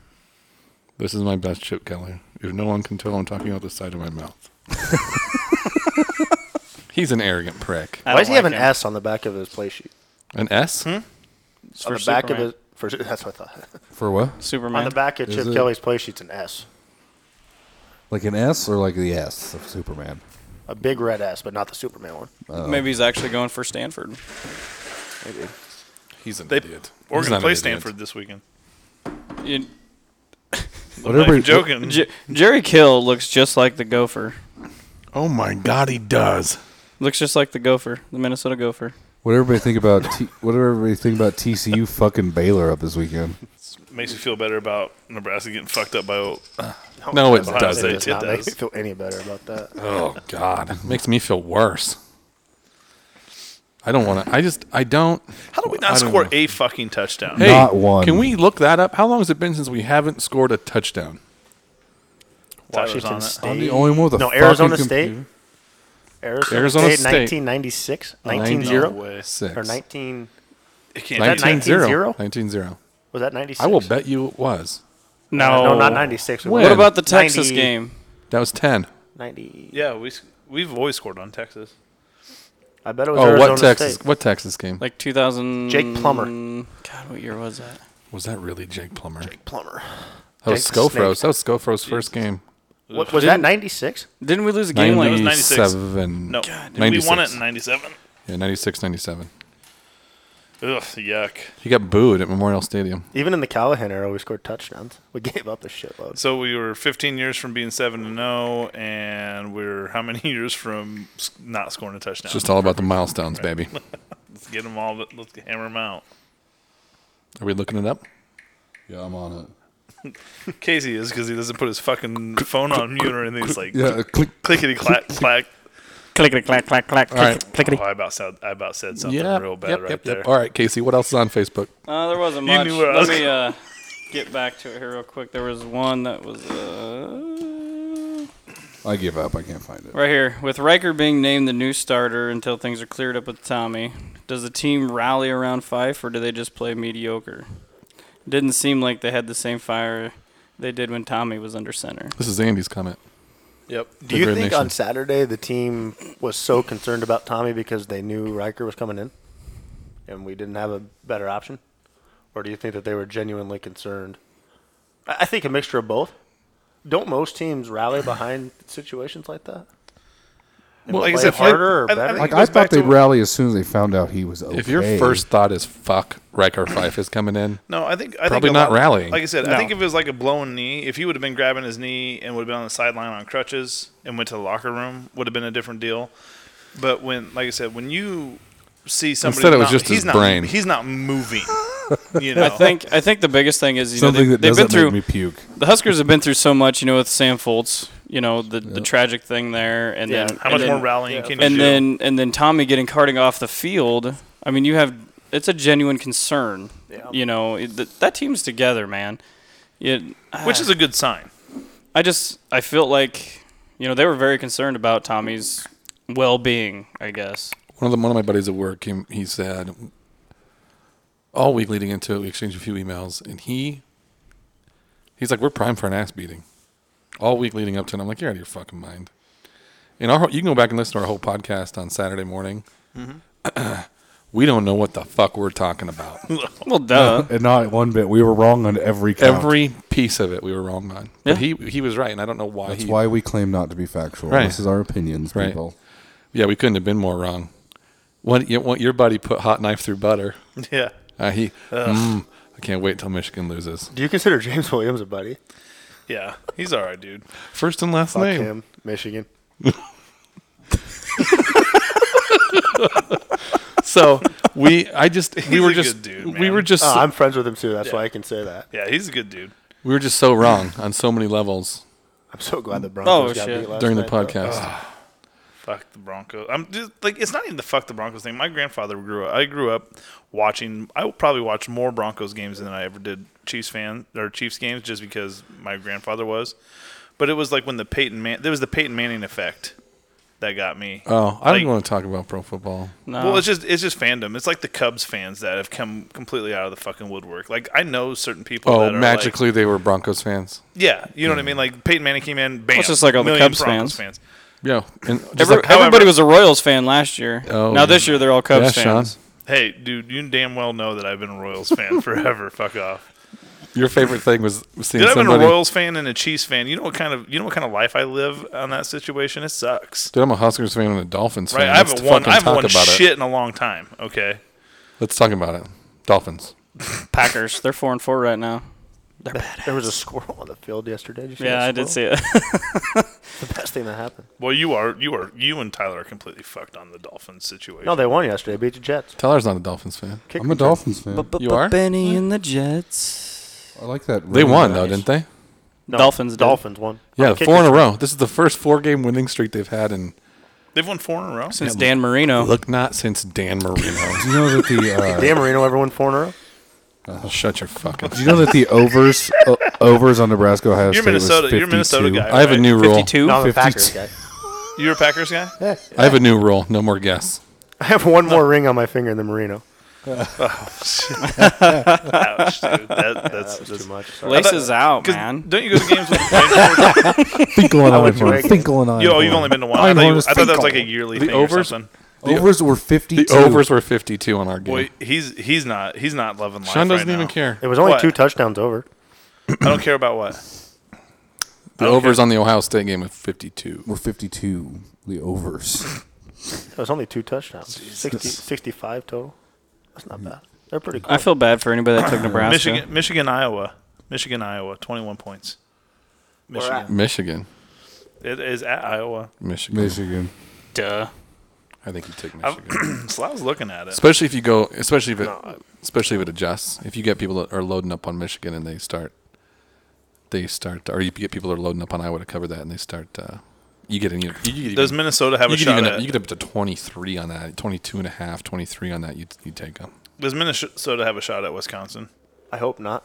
This is my best chip, Kelly. If no one can tell, I'm talking out the side of my
[LAUGHS]
mouth. He's an arrogant prick.
I
Why does
don't
he have
like
an
him.
S on the back of his play sheet?
An S?
Hmm?
on
for
the back
Superman.
of his. For, [LAUGHS] that's what I thought.
For what?
Superman.
on the back of
Is
Chip
it-
Kelly's play sheet's an S.
Like an S or like the S of Superman?
a big red S, but not the Superman one.
Maybe he's actually going for Stanford.
He's an
They
idiot.
We're
He's
going
not an
to play
idiot.
Stanford this weekend.
You-
Whatever.
I'm joking.
J- Jerry Kill looks just like the Gopher.
Oh my God, he does.
Looks just like the Gopher, the Minnesota Gopher.
What everybody think about? T- what everybody think about TCU fucking Baylor up this weekend?
Makes me feel better about Nebraska getting fucked up by. O-
No, it
Ohio
doesn't.
State.
does not
It
make me
does.
feel any better about [LAUGHS] that.
Oh God, it makes me feel worse. I don't want to. I just. I don't.
How do we
I
not
don't
score
know.
a fucking touchdown?
Hey,
Not one.
Can we look that up? How long has it been since we haven't scored a touchdown?
Tyler's on
Washington
it.
State.
I'm the only one with a
no,
fucking
Arizona State.
computer.
Arizona,
Arizona
State,
State.
1996,
Oh,
19
No
0,
way.
Six.
or 19.
It can't be that.
19
19-0?
19 0.
Was that 96?
I will bet you it was.
No,
No, not 96.
When?
Oh. What about the Texas
90
game?
That was 10.
90?
Yeah, we s- we've always scored on Texas.
I bet it was
Oh,
Arizona
what Texas?
State.
What Texas game?
Like 2000.
Jake Plummer.
God, what year was that?
was that really Jake Plummer?
Plummer.
that was
Jake the Snake.
Scofros. That was Scofros' first game.
What, was that 96?
Didn't we lose a game like?
97.
No, we
God,
won
96.
it in '97.
Yeah, 96, 97.
Ugh, yuck.
He got booed at Memorial Stadium.
Even in the Callahan era, we scored touchdowns. We gave up a shitload.
So we were 15 years from being seven to zero, and we're how many [LAUGHS] years from s- not scoring a touchdown?
It's just all about the milestones, baby.
let's get them all. but Let's hammer them out.
Are we looking it up?
Yeah, I'm on it.
Casey is because he doesn't put his fucking phone on mute or anything. He's like
Yeah, click.
clickety clack clack.
Clickety clack clack clack.
All right.
Oh, I about said I about said [LAUGHS] something real bad
yep,
right
yep,
there.
Yep. All right, Casey, what else is on Facebook?
Uh, there wasn't
You
much.
knew where I was
Let me uh, get back to it here real quick. There was one that was uh,
I give up. I can't find it.
right here with Riker being named the new starter until things are cleared up with Tommy. Does the team rally around Fife or do they just play mediocre? Didn't seem like they had the same fire they did when Tommy was under center.
This is Andy's comment.
Yep.
Do you
Red
think
Nation.
on Saturday the team was so concerned about Tommy because they knew Riker was coming in and we didn't have a better option? Or do you think that they were genuinely concerned? I I think a mixture of both. Don't most teams [COUGHS] rally behind situations like that?
Well, like I
play
said,
harder or
I- I
better?
think
Like
it
I
goes
thought
back to
they'd
what-
rally as soon as they found out he was okay.
If your first thought is fuck, Riker Fife is coming in,
No, I think I
Probably
think a
not
lot-
rallying.
Like I said,
No.
I think if it was like a blown knee, if he would have been grabbing his knee and would have been on the sideline on crutches and went to the locker room, would have been a different deal. But when, like I said, when you see somebody,
Instead it was
not-
just
he's
his
not,
brain.
He's not
[LAUGHS]
moving. You know,
I think I think the biggest thing is you know
something
they,
that
they've been
doesn't
through
make me puke.
the Huskers have been through so much, you know, with Sam Foltz, you know, the, the tragic thing there, and
Yeah.
then
how much
and
more
then-
rallying can you
and
do?
then and then Tommy getting carting off the field. I mean, you have it's a genuine concern.
Yeah.
You know it, that, that team's together, man. It,
which is a good sign. [LAUGHS]
I just I felt like you know they were very concerned about Tommy's well-being. I guess
one of the, one of my buddies at work, he, he said, all week leading into it, we exchanged a few emails, and he, he's like, we're primed for an ass beating, all week leading up to it. I'm like, you're out of your fucking mind. And our, whole- you can go back and listen to our whole podcast on Saturday morning.
Mm-hmm.
[CLEARS THROAT] we don't know what the fuck we're talking about.
well, duh.
And not one bit. We were wrong on every count.
Every piece of it we were wrong on. But he
Yeah.
he was right, and I don't know why
That's
he.
why we claim not to be factual.
Right.
This is our opinions,
Right.
people.
Yeah, we couldn't have been more wrong. When, you, when your buddy put hot knife through butter,
Yeah,
uh, he. Mm, I can't wait till Michigan loses.
Do you consider James Williams a buddy?
yeah, he's all right, dude.
First and last
Fuck
name.
him, Michigan.
[LAUGHS]
So we, I just, we
He's
were
a
just,
good dude,
we
man.
were just,
Oh, I'm friends with him too. That's why I can say that.
Yeah, he's a good dude.
we were just so wrong on so many levels
I'm so glad the Broncos
Oh,
got
shit.
beat last
during the
night, though.
podcast.
Fuck the Broncos. I'm just like it's not even the fuck the Broncos thing. My grandfather grew up. I grew up watching. I probably watched more Broncos games than I ever did Chiefs fan or Chiefs games, just because my grandfather was. But it was like when the Peyton Man. There was the Peyton Manning effect that got me.
oh, I don't
Like-
even want to talk about pro football.
no.
Well, it's just it's just fandom. It's like the Cubs fans that have come completely out of the fucking woodwork. Like I know certain people.
Oh,
that are, like-
magically they were Broncos fans.
yeah, you know what I mean. Like Peyton Manning came in, bam.
It's just like all the
million
Cubs
Broncos
fans.
Yeah, and just
Every-
like-
however-
everybody was a Royals fan last year.
Oh.
now this year they're all Cubs
Yeah, Sean.
fans. [LAUGHS]
Hey, dude, you damn well know that I've been a Royals fan forever. Fuck off.
Your favorite thing was seeing
Dude, I've been a
somebody.
Royals fan and a Chiefs fan. You know what kind of you know what kind of life I live on that situation. It sucks.
Dude, I'm a Huskers fan and a Dolphins
Right?
fan.
I
Let's
haven't won.
fucking
I haven't
talk
won
about
shit
it.
in a long time. Okay.
Let's talk about it. Dolphins.
Packers, they're four and four right now.
There was a squirrel on the field yesterday. Did you see
Yeah,
that
I did
squirrel?
see it. [LAUGHS]
The best thing that happened.
Well, you are you are you and Tyler are completely fucked on the Dolphins situation.
No, they won yesterday. Beat the Jets.
Tyler's not a Dolphins fan.
Kick
I'm a
return.
Dolphins fan.
You are?
Benny and the Jets.
I like that.
They
running
won
back.
though, didn't they?
No,
Dolphins did.
Dolphins won.
Yeah,
Kick
four in a
return.
row. This is the first four-game winning streak they've had in
They've won four in a row.
Since Dan Marino.
look not since Dan Marino.
[LAUGHS] Do you know that the
[LAUGHS]
Dan Marino ever won four in a row?
Oh, Shut your fucking.
uh, do you know that the overs o- overs on Nebraska Ohio
You're
State was
Minnesota- you're
52?
Minnesota guy.
I have a new rule.
Fifty-two.
No, I'm a
52.
Packers guy.
You're a Packers guy.
I have a new rule. No more guess.
[LAUGHS] I have one more ring on my finger than Marino.
Ouch, dude. That,
[LAUGHS]
that's
That was too much. Sorry.
Laces out,
'cause
man.
Don't you go to games with the
Finkel and
How would you
Einhorn.
rate it?
Finkel and Einhorn.
Yo, you've only been to one. I
Einhorn
thought, you, I
was
thought that was like a
Finkel.
yearly
The
thing or
overs-
something.
Overs were 52.
The overs were 52 on our game.
Boy, he's he's not he's not loving life.
Sean doesn't
right
even
now.
care.
It was only
What?
two touchdowns over.
I don't care about what.
The
Okay.
overs on the Ohio State game of 52.
were 52. The
[LAUGHS]
overs.
It was only two touchdowns. 60, 65 total. That's not bad. They're pretty cool.
I feel bad for
[COUGHS]
anybody that took Nebraska.
Michigan, Michigan, Iowa, Michigan, Iowa, twenty-one points. Michigan.
Michigan.
It is at Iowa.
Michigan.
Michigan.
Duh.
I think you take Michigan.
[CLEARS THROAT] Slav's looking at it.
especially if you go, especially if it, especially if it adjusts. If you get people that are loading up on Michigan and they start, they start, or you get people that are loading up on Iowa to cover that and they start, uh, you get an, you, you get
Does
even,
Minnesota have
you
a
get
shot
even-
at?
you get up to 23 on that, 22 and a half, 23 on that, you, you take them.
does Minnesota have a shot at Wisconsin?
I hope not.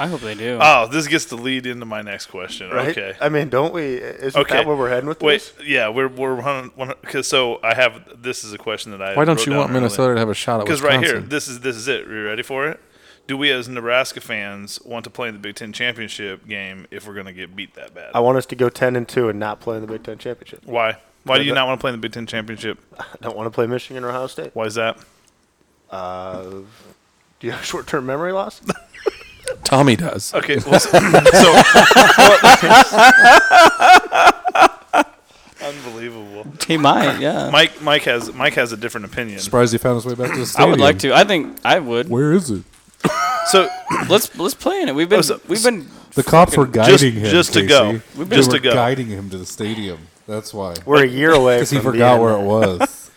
I hope they do.
Oh, this gets the lead into my next question.
Right?
Okay.
I mean, don't we? Isn't
Okay.
that where we're heading with
Wait,
this?
yeah, we're we're one because so I have this is a question that I
Why don't you want Minnesota to have a shot at
Because
Wisconsin?
right here, this is this is it. Are you ready for it? Do we as Nebraska fans want to play in the Big Ten championship game if we're going to get beat that bad?
I want us to go 10 and 2 and not play in the Big Ten Championship.
Why? Why do you
Yeah,
not want to play in the Big Ten championship?
I don't want to play Michigan or Ohio State.
Why is that?
Uh, do you have short term memory loss?
Tommy does.
[LAUGHS] Okay, well, so, so- [LAUGHS] unbelievable.
he might,
[COUGHS]
yeah.
Mike, Mike has Mike has a different opinion.
Surprised he found his way back to the
I
stadium.
would like to. I think I would.
Where is it?
So
Let's let's play in it. We've been
so-
we've been
The cops were
just
guiding him.
just to go,
Casey.
just
They were
to go.
guiding him to the stadium. That's why.
We're a year
[LAUGHS]
away.
Because he
from
forgot
being-
where it
[LAUGHS]
was.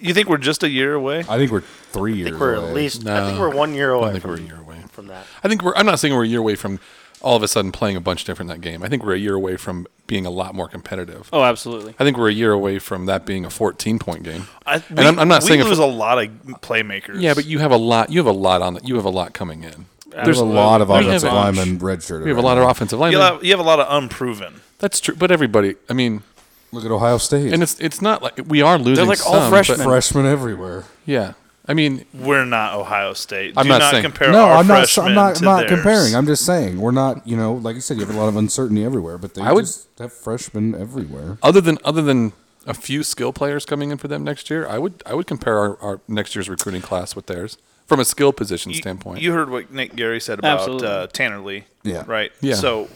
You think we're just a year away?
I think we're three
I
years
think we're
away.
at least. I think
No.
we're one year
I
away
don't think
from,
we're a year away.
from that.
I think we're. I'm not saying we're a year away from all of a sudden playing a bunch different in that game. I think we're a year away from being a lot more competitive.
Oh, absolutely.
I think we're a year away from that being a 14 point game.
I,
And I'm- I'm not
we
saying if-
lose a lot of playmakers.
Yeah, but you have a lot. You have a lot on. The, you have a lot coming in.
There's a lot of
we have
offensive
a-
linemen redshirted.
We have a
right
lot of
now.
offensive
you
linemen.
have, you have a lot of unproven.
That's true. But everybody. I mean,
Look at Ohio State.
and it's it's not like we are losing.
like all
some,
freshmen.
but-
freshmen everywhere.
yeah. I mean,
We're not Ohio State.
I'm
Do
not
not
saying-
compare
no,
our
I'm not.
freshmen
I'm not.
to
I'm not
theirs.
comparing. I'm just saying we're not. You know, like you said, you have a lot of uncertainty everywhere, but they
I would-
just have freshmen everywhere.
other than other than a few skill players coming in for them next year, I would I would compare our, our next year's recruiting class with theirs from a skill position
You-
standpoint.
You heard what Nick Gary said about
Absolutely.
uh, Tanner Lee.
Yeah.
Right.
Yeah.
So,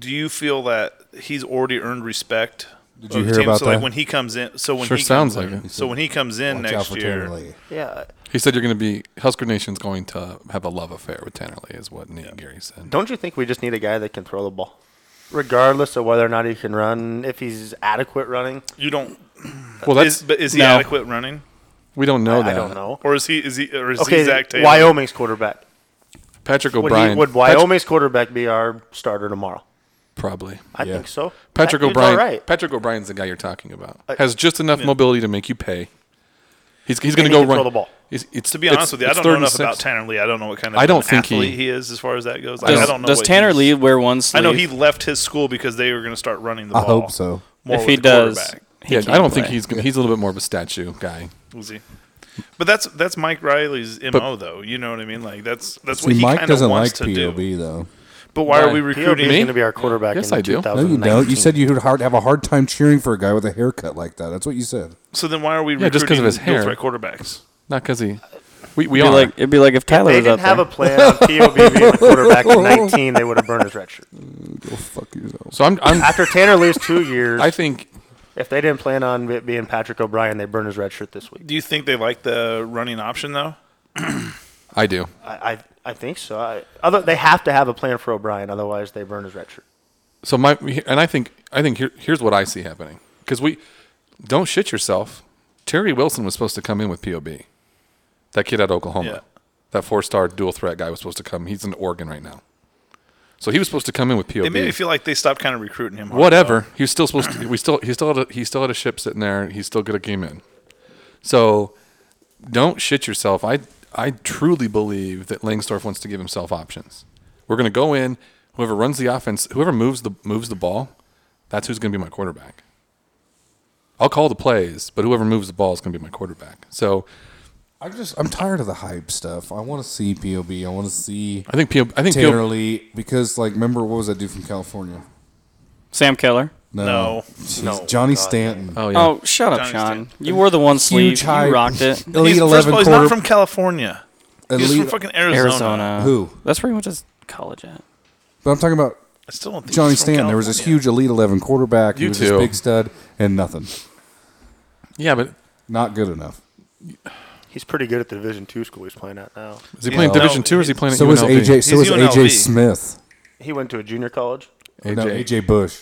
do you feel that he's already earned respect? Did
you hear about
so
that?
Like when he comes in, so when
Sure
he
sounds
comes in,
like it.
So when he comes in
Watch out
next
for
year,
Tanner Lee.
Yeah.
He said you're going to be Husker Nation's going to have a love affair with Tanner Lee, is what Nate Gary said.
Don't you think we just need a guy that can throw the ball? Regardless of whether or not he can run, if he's adequate running,
you don't.
Well, that's
is, but is he
no.
adequate running,
we don't know
I
that.
don't know.
or is he is he or is he
Okay,
Zach Taylor?
Wyoming's quarterback.
Patrick
Would,
O'Brien
he, would
Pat-
Wyoming's quarterback be our starter tomorrow?
probably
I
Yeah.
think so.
Patrick
That dude's
O'Brien.
all right.
Patrick O'Brien's the guy you're talking about.
I-
Has just enough mobility to make you pay. He's he's going
And
to go
he can
run
throw the ball.
He's- it's-
To be
it's-
honest with you, I
it's
don't
third
know
and
enough about
six.
Tanner Lee. I don't know what kind of
I don't
an
think he-
athlete he, is as far as that goes.
Does,
I don't know.
does
what
Tanner
he's-
Lee wear one sleeve?
I know he left his school because they were going to start running the
I
ball.
hope so.
More
if
with
he
the
does,
quarterback.
he
yeah,
can't
I don't think
play.
he's gonna, he's a little bit more of a statue guy.
We'll see. But that's that's Mike Riley's mo, though. You know what I mean? Like that's that's what
See,
he
Mike
kind of
doesn't like
wants to
POB
do.
though.
But why are
Why?
we
POB
recruiting?
is
Me?
going to be our quarterback.
Yes,
in
I do. No, you
No, you
2019.
don't. You said you would hard, have a hard time cheering for a guy with a haircut like that. That's what you said.
So then why are we
Yeah,
recruiting
just 'cause of his hair.
dual threat quarterbacks?
Not because he We we
Be
are
like, it'd be like if Tyler
They
was out
didn't have
there.
a plan on POB being the
[LAUGHS]
quarterback at 19. They would have burned his red shirt.
Go fuck yourself.
so. I'm I'm
[LAUGHS]
After Tanner leaves two years,
I think
if they didn't plan on it being Patrick O'Brien, they burned his red shirt this week.
Do you think they like the running option though?
I do.
I, I, I think so. I, other, they have to have a plan for O'Brien, otherwise they burn his red shirt.
So my and I think I think here, here's what I see happening because we don't shit yourself. Terry Wilson was supposed to come in with POB. That kid out of Oklahoma,
Yeah.
that four star dual threat guy was supposed to come. He's in Oregon right now, so he was supposed to come in with POB.
It made me feel like they stopped kind of recruiting him. hard,
Whatever. He was still supposed to. We still. He still. Had a, he still had a ship sitting there. He still got a game in. So, don't shit yourself. I I truly believe that Langsdorff wants to give himself options. We're gonna go in. Whoever runs the offense, whoever moves the moves the ball, that's who's gonna be my quarterback. I'll call the plays, but whoever moves the ball is gonna be my quarterback. So
I just I'm tired of the hype stuff. I want to see POB. I want to see
I think PO, I think
Tanner
PO,
Lee because like remember what was that dude from California?
Sam Keller.
No. Uh,
Jeez,
No.
Johnny
God.
Stanton.
oh yeah,
Oh, shut up,
Don't
Sean.
understand.
You were the one sleeve.
Huge hype.
You rocked it.
Though.
Elite
He's, first
eleven
of all, he's
quarter.
not from California. He's from
elite,
fucking [LAUGHS] Arizona.
Arizona.
Who?
That's where he went to s- college at.
but I'm talking about
I still don't think
Johnny
he's from
Stanton. There was this
California.
huge elite eleven quarterback.
You
he was this
too.
big stud and nothing.
yeah, but
Not good enough.
He's pretty good at the Division two school he's playing at now.
is he playing
No,
Division two or is he playing?
So
at
was
UNLV?
AJ. So
He's
was
UNLV.
AJ Smith.
He went to a junior college.
AJ
No, AJ Bush.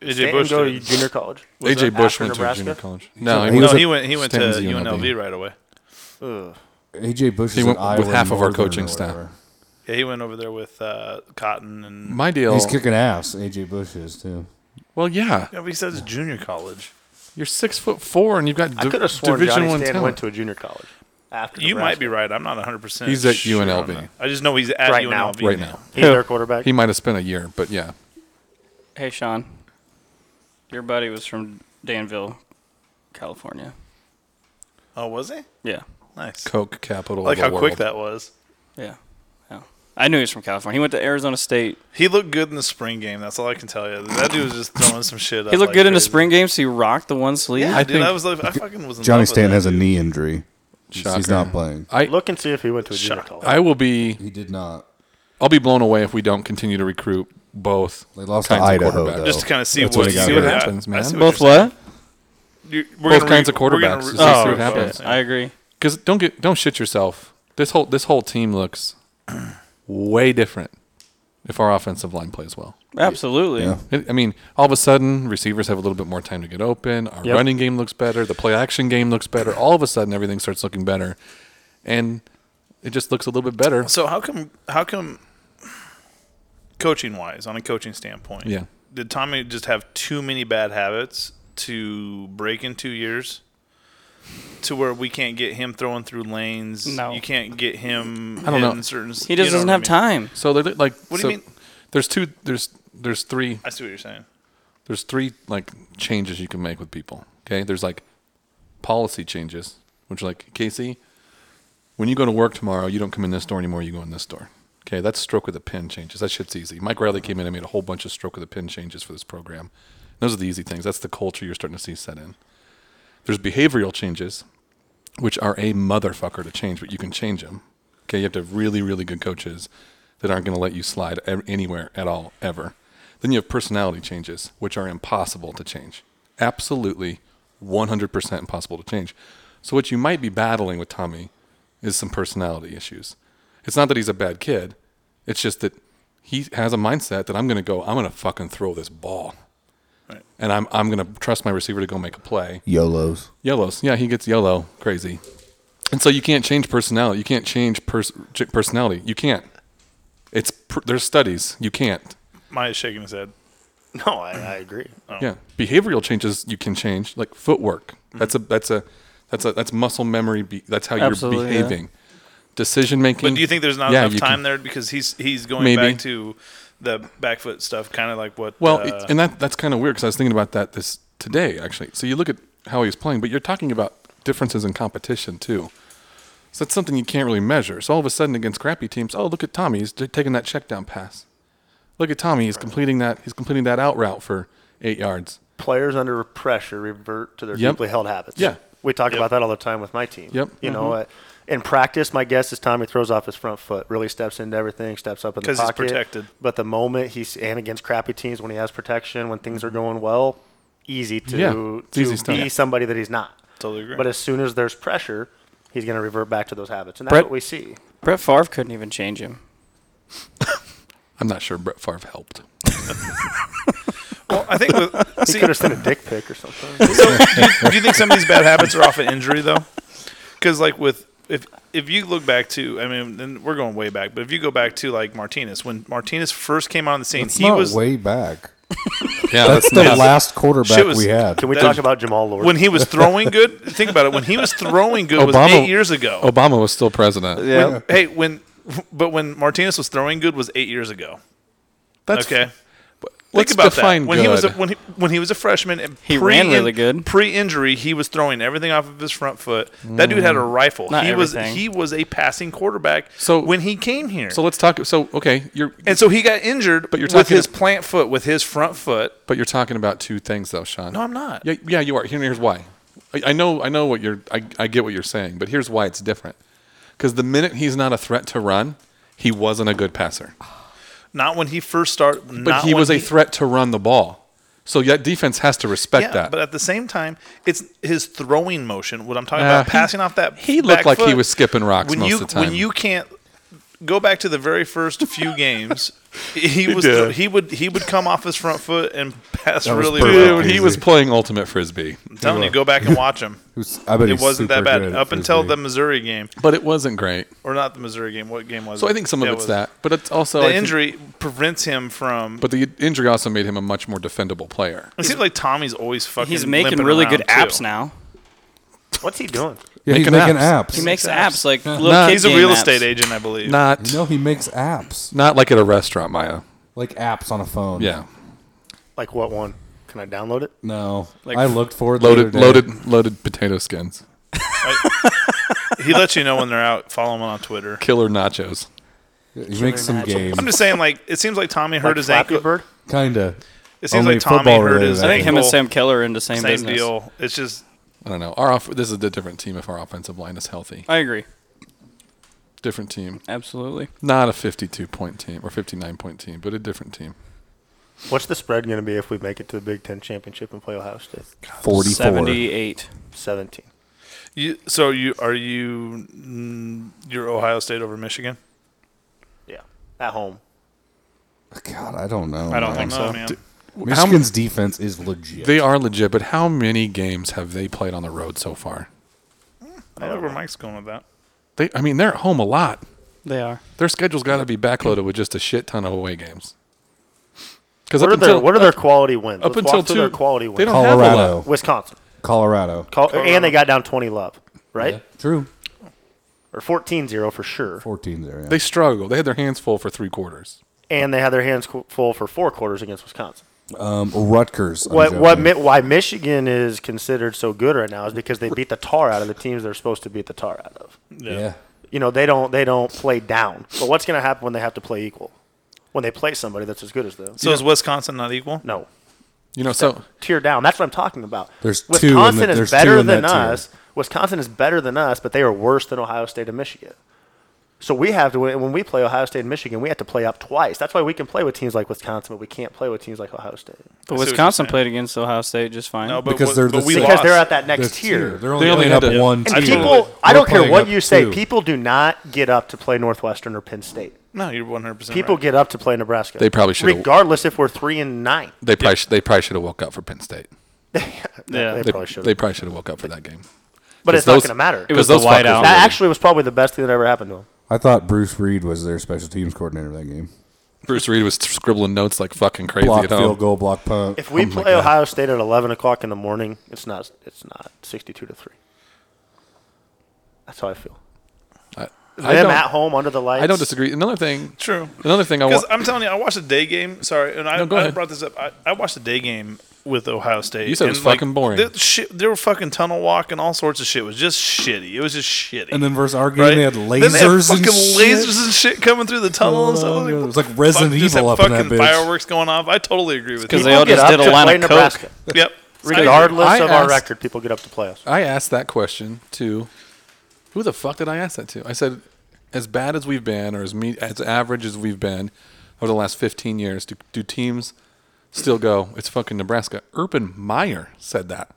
AJ Bush.
Stanton go to
did.
junior college. Was
AJ
that
Bush
after
went to
Nebraska?
junior college. No,
he
he
was
No,
at
he went. He went to
Stanton's
UNLV.
UNLV.
right away.
Ugh.
AJ Bush
He
is
went
at
with
Iowa
half of our
Northern
coaching
or
staff.
whatever.
Yeah, he went over there with uh, Cotton and.
My deal.
He's kicking ass. AJ Bush is too.
well, yeah,
yeah, but he says it's junior college.
you're six foot four, and you've got
I
div-
could have sworn
Division
Johnny
One
Stanton
talent.
went to a junior college. After
You might be
Nebraska.
right. I'm not 100. percent
He's at UNLV.
I just know he's at
Right now.
UNLV
right now.
[LAUGHS]
He's their quarterback.
He might have spent a year, but yeah,
Hey, Sean. Your buddy was from Danville, California.
Oh, was he?
Yeah.
Nice.
Coke capital.
like
of the
how quick
world.
that was.
Yeah. Yeah. I knew he was from California. He went to Arizona State.
He looked good in the spring game. That's all I can tell you. That dude was just throwing some shit.
He looked good in the spring game, so he rocked the one sleeve.
Yeah,
I
dude,
think-
I was like, I fucking was. In
Johnny
love with
Stanton
that
has a
dude.
knee injury. He's-
Shocker.
He's not playing.
I
Look and see if he went to a junior
Shock.
college.
I will be
He did not.
I'll be blown away if we don't continue to recruit both.
They lost to
kinds of
Idaho,
quarterbacks.
though.
Just to kind of see
That's
what,
what he got
see what
hurt.
happens,
Happens, man.
Both what?
Both kinds of quarterbacks. Just
oh,
see what
Oh, Yeah,
happens.
I agree.
Because don't get don't shit yourself. This whole this whole team looks [CLEARS THROAT] way different if our offensive line plays well.
Absolutely.
Yeah.
I I mean, all of a sudden, receivers have a little bit more time to get open. Our
Yep.
running game looks better. The play action game looks better. All of a sudden, everything starts looking better, and it just looks a little bit better.
So how come? How come? Coaching wise, on a coaching standpoint,
Yeah.
did Tommy just have too many bad habits to break in two years? To where we can't get him throwing through lanes.
No.
you can't get him.
I don't know.
hitting Certain,
He just doesn't have time.
So they're like,
What do you
so
mean?
There's two. There's there's three.
I see what you're saying.
There's three like changes you can make with people. Okay. There's like policy changes, which are like Casey, when you go to work tomorrow, you don't come in this door anymore. You go in this door. Okay. That's stroke with a pin changes. That shit's easy. Mike Riley came in and made a whole bunch of stroke with a pin changes for this program. Those are the easy things. That's the culture you're starting to see set in. There's behavioral changes, which are a motherfucker to change, but you can change them. Okay, you have to have really, really good coaches that aren't going to let you slide e- anywhere at all, ever. Then you have personality changes, which are impossible to change. Absolutely 100% impossible to change. So, what you might be battling with Tommy is some personality issues. It's not that he's a bad kid, it's just that he has a mindset that I'm going to go, I'm going to fucking throw this ball.
Right.
And I'm, I'm going to trust my receiver to go make a play.
Yolos.
Yellows. Yeah, he gets yellow. Crazy. And so you can't change personality. You can't change pers- ch- personality. You can't. It's pr- there's studies. You can't.
Maya's shaking his head. Oh.
no, I, I agree.
Yeah. Behavioral changes you can change, like footwork.
Mm-hmm.
That's a that's a that's a that's muscle memory. Be- that's how
Absolutely,
you're
yeah.
behaving. Decision making.
But do you think there's not
Yeah,
enough
you
time
can-
there because he's he's going
Maybe.
back to the back foot stuff, kind of like what?
Well,
uh,
it- and that that's kind of weird because I was thinking about that this today actually. So you look at how he's playing, but you're talking about differences in competition too. So that's something you can't really measure. So all of a sudden against crappy teams, oh look at Tommy, he's t- taking that check down pass. Look at Tommy, he's completing that he's completing that out route for eight yards.
Players under pressure revert to their
Yep.
deeply held habits.
Yeah.
We talk about that all the time with my team.
Yep.
Mm-hmm.
You know, uh, in practice, my guess is Tommy throws off his front foot, really steps into everything, steps up in the
'Cause he's
pocket.
protected.
But the moment he's and against crappy teams when he has protection, when
Mm-hmm.
things are going well, easy to
Yeah,
to
it's easy
be
stuff. Yeah.
somebody that he's not.
Totally agree.
But as soon as there's pressure, he's going to revert back to those habits, and that's
Brett-
what we see.
Brett Favre couldn't even change him.
I'm not sure Brett Favre helped.
Well, I think
[LAUGHS]
with
He
see,
could
[LAUGHS]
have sent a dick pic or something.
do you think some of these bad habits are off of injury though? Because like with if if you look back to I mean then we're going way back, but if you go back to like Martinez when Martinez first came on the scene,
It's
he
not
was
way back.
Yeah,
That's the
not-
last quarterback
Shit was-
we had.
Can we
That-
talk about Jamal Lord?
when he was throwing good. Think about it. When he was throwing good [LAUGHS] was
Obama-
eight years ago.
Obama was still president.
When- hey, when but when Martinez was throwing good was eight years ago.
That's
okay.
let's
Think about
define
that. When he was a,
good.
when he when he was a freshman, and
He
pre-
ran really good.
Pre-injury, he was throwing everything off of his front foot. That dude had a rifle.
Not
he was
everything.
he was a passing quarterback.
Mm. So-
when he came here,
So let's talk. So okay, you're
and so he got injured,
But you're
with
talking-
his plant foot, with his front foot.
but you're talking about two things though, Sean.
No, I'm not.
Yeah, yeah, you are. Here- Here's why. I, I know, I know what you're. I, I get what you're saying, but here's why it's different. Because the minute he's not a threat to run, he wasn't a good passer.
Not when he first started.
But he was a threat to run the ball. So that defense has to respect
Yeah,
that.
but at the same time, it's his throwing motion. What I'm talking
Nah,
about,
he-
passing off that.
he looked
back
like he
foot.
was skipping rocks
when
most
you
of the time.
when you can't go back to the very first few games.
[LAUGHS]
He was
did.
he would he would come off his front foot and pass
was
really
perfect.
well.
Dude, he was playing ultimate frisbee,
I'm telling you, go
[LAUGHS]
back and watch him.
Who's- I bet
It
he's
wasn't that
super
bad
good at
up until
frisbee.
the Missouri game,
but it wasn't great.
or not the Missouri game. What game was it?
So I think some
Yeah,
of
it
it's
was.
that, but it's also
The
I think-
injury prevents him from.
but the injury also made him a much more defendable player.
it seems like Tommy's always fucking.
He's making
limping
really
around,
good apps
too.
now.
What's he doing?
Yeah, he's
making
making
apps.
apps.
He makes apps like little
Nah.
kid
He's a
game
real
apps.
estate agent, I believe.
Not
no, he makes apps.
not like at a restaurant, Maya.
Like apps on a phone.
Yeah,
Like what one? Can I download it?
No.
Like
I looked for it. the other
loaded
day.
loaded loaded potato skins,
He lets you know when they're out. Follow him on Twitter.
killer nachos.
He makes some game.
I'm just saying, like it seems like Tommy hurt
Like
his
Flappy
ankle.
Bird?
Kinda.
It seems
Only
like Tommy
football
hurt
related,
his.
I
I think him and
ankle.
Sam Keller are in the same,
same
business.
deal. It's just
I don't know. Our off- this is a different team if our offensive line is healthy.
I agree.
Different team,
Absolutely.
not a 52 point team or 59 point team, but a different team.
What's the spread going to be if we make it to the Big Ten championship and play Ohio State?
44.
78.
17.
you. So you are you mm, you're Ohio State over Michigan?
Yeah. At home.
God, I don't know.
I don't
man.
think so, man.
Michigan's defense is legit.
They are legit, but how many games have they played on the road so far?
I don't know where Mike's going with that.
They, I mean, they're at home a lot.
They are.
Their schedule's got to be backloaded with just a shit ton of away games. Because
What
up
are their
until
What are their quality wins?
up
Let's
until
walk through their
two-
quality wins.
they don't have a lot.
Colorado.
Wisconsin,
Colorado.
Col- and they got down 20 love, right?
True.
Or 14-0 for sure.
14 there. Yeah.
they struggle. They had their hands full for three quarters.
And they had their hands qu- full for four quarters against Wisconsin.
um, Rutgers. I'm
What what
joking.
mi- why Michigan is considered so good right now is because they beat the tar out of the teams they're supposed to beat the tar out of.
Yeah.
you know they don't they don't play down. But what's going to happen when they have to play equal? When they play somebody that's as good as them?
So is Wisconsin not equal?
no,
You know, so
tier down. That's what I'm talking about.
There's two in
Wisconsin
the-
is
there's two
better
in that
than
tier.
us. Wisconsin is better than us, but they are worse than Ohio State and Michigan. So we have to when we play Ohio State and Michigan, we have to play up twice. That's why we can play with teams like Wisconsin, but we can't play with teams like Ohio State
But
what you're
Wisconsin
saying.
played against Ohio State just fine.
No, but,
Because
what-
they're
but
the
we
same-
because
lost.
they're at that
They're
next tier.
They're only,
They only
only up
had to-
one
And
tier.
people, I
We're
don't care
playing
what
up
you say,
two.
people do not get up to play Northwestern or Penn State.
No, you're 100. percent
People get up to play Nebraska.
They probably should've-
regardless if we're three and nine.
they probably sh- they probably should have woke up for Penn State.
yeah.
They
They
probably
They
should.
probably should have woke up for that game.
But
'Cause
it's not
those-
going to matter.
it
'cause
was the
those fuckers
whiteout.
were-
that actually was probably the best thing that ever happened to him.
I thought Bruce Reed was their special teams coordinator that game.
Bruce Reed was scribbling notes like fucking crazy
Block
at home.
field goal, block punt.
If we
Oh my
play
God.
Ohio State at eleven o'clock in the morning, it's not it's not sixty two to three. That's how I feel.
I, I
Them
don't,
at home under the lights.
I don't disagree. Another thing,
True.
another thing I
Because
want.
I'm telling you, I watched a day game. Sorry, and I,
No, go
I
ahead.
brought this up. I, I watched a day game with Ohio State.
You said it
and,
was fucking boring.
the shit- they were fucking tunnel walk and all sorts of shit. It was just shitty. It was just shitty.
And then versus our game,
right?
they had
Then they had
lasers
fucking
and shit.
lasers and shit coming through the tunnel. and stuff. I was
It
what
was like
the fuck?
Resident
Just had
Evil up in
fucking
that bitch.
fireworks going off. I totally agree with you.
they all
People get
just
up
did a
to
line
play
of coke.
Nebraska.
Yep.
Regardless
I
of our
asked-
record, people get up to play us.
I asked that question to Who the fuck did I ask that to? I said, as bad as we've been, or as me, as average as we've been over the last 15 years, do, do teams still go? It's fucking Nebraska. Urban Meyer said that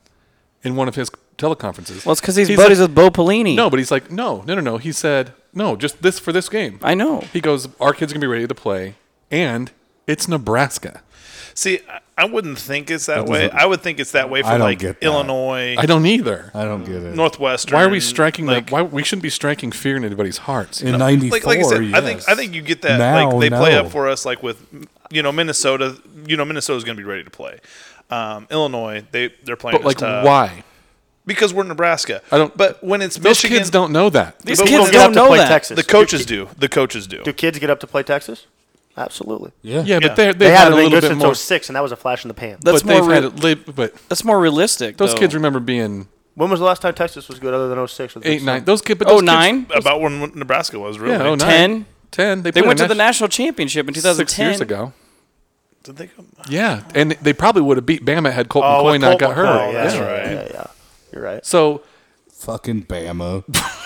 in one of his teleconferences.
Well, it's because he's,
He's
buddies
like-
with Bo Pelini.
no, but he's like, no, no, no, no. He said, no, just this for this game.
I know.
He goes, our kids are gonna be ready to play, and it's Nebraska.
See, I, I wouldn't think it's that,
That
way.
doesn't-
I would think it's that way
I
for
don't
like
get that.
Illinois,
I don't either.
I don't get it.
Northwestern.
Why are we striking
like,
that? Why we shouldn't be striking fear in anybody's hearts?
in '94,
like, like I said, I think
yes.
I think you get that.
Now,
like they play
no.
up for us, like with you know Minnesota. You know Minnesota's going to be ready to play. Um, Illinois, they they're playing.
but
us
like,
tough.
why?
Because we're Nebraska.
I don't-
But when it's
Those
Michigan,
kids don't know that.
These
But we
kids
don't get
don't
to
know
play
that.
Texas.
The coaches do. The coaches do.
Do kids get up to play Texas? Absolutely.
yeah,
yeah,
Yeah.
but they're, they've
They,
had
haven't
a
been
little
good
bit
since
more.
06, and that was a flash in the pan.
That's
but
more.
they've
Re-
had a li- but
that's more realistic.
those
though.
kids remember being
When was the last time Texas was good other than 06? Was
eight,
Big
nine.
Ten?
Those kids, but
Oh,
those
nine?
Kids,
About when Nebraska was really.
yeah, oh, nine.
10?
Ten. They,
They
played
went
a
to the
nat-
national championship in 2010.
six years ago.
Did they come?
Yeah, and they probably would have beat Bama had Colt
Oh,
McCoy
with
not
Colt
got hurt.
McCoy,
that's
yeah,
right.
Yeah, yeah. You're right.
So uh,
fucking Bama. [LAUGHS]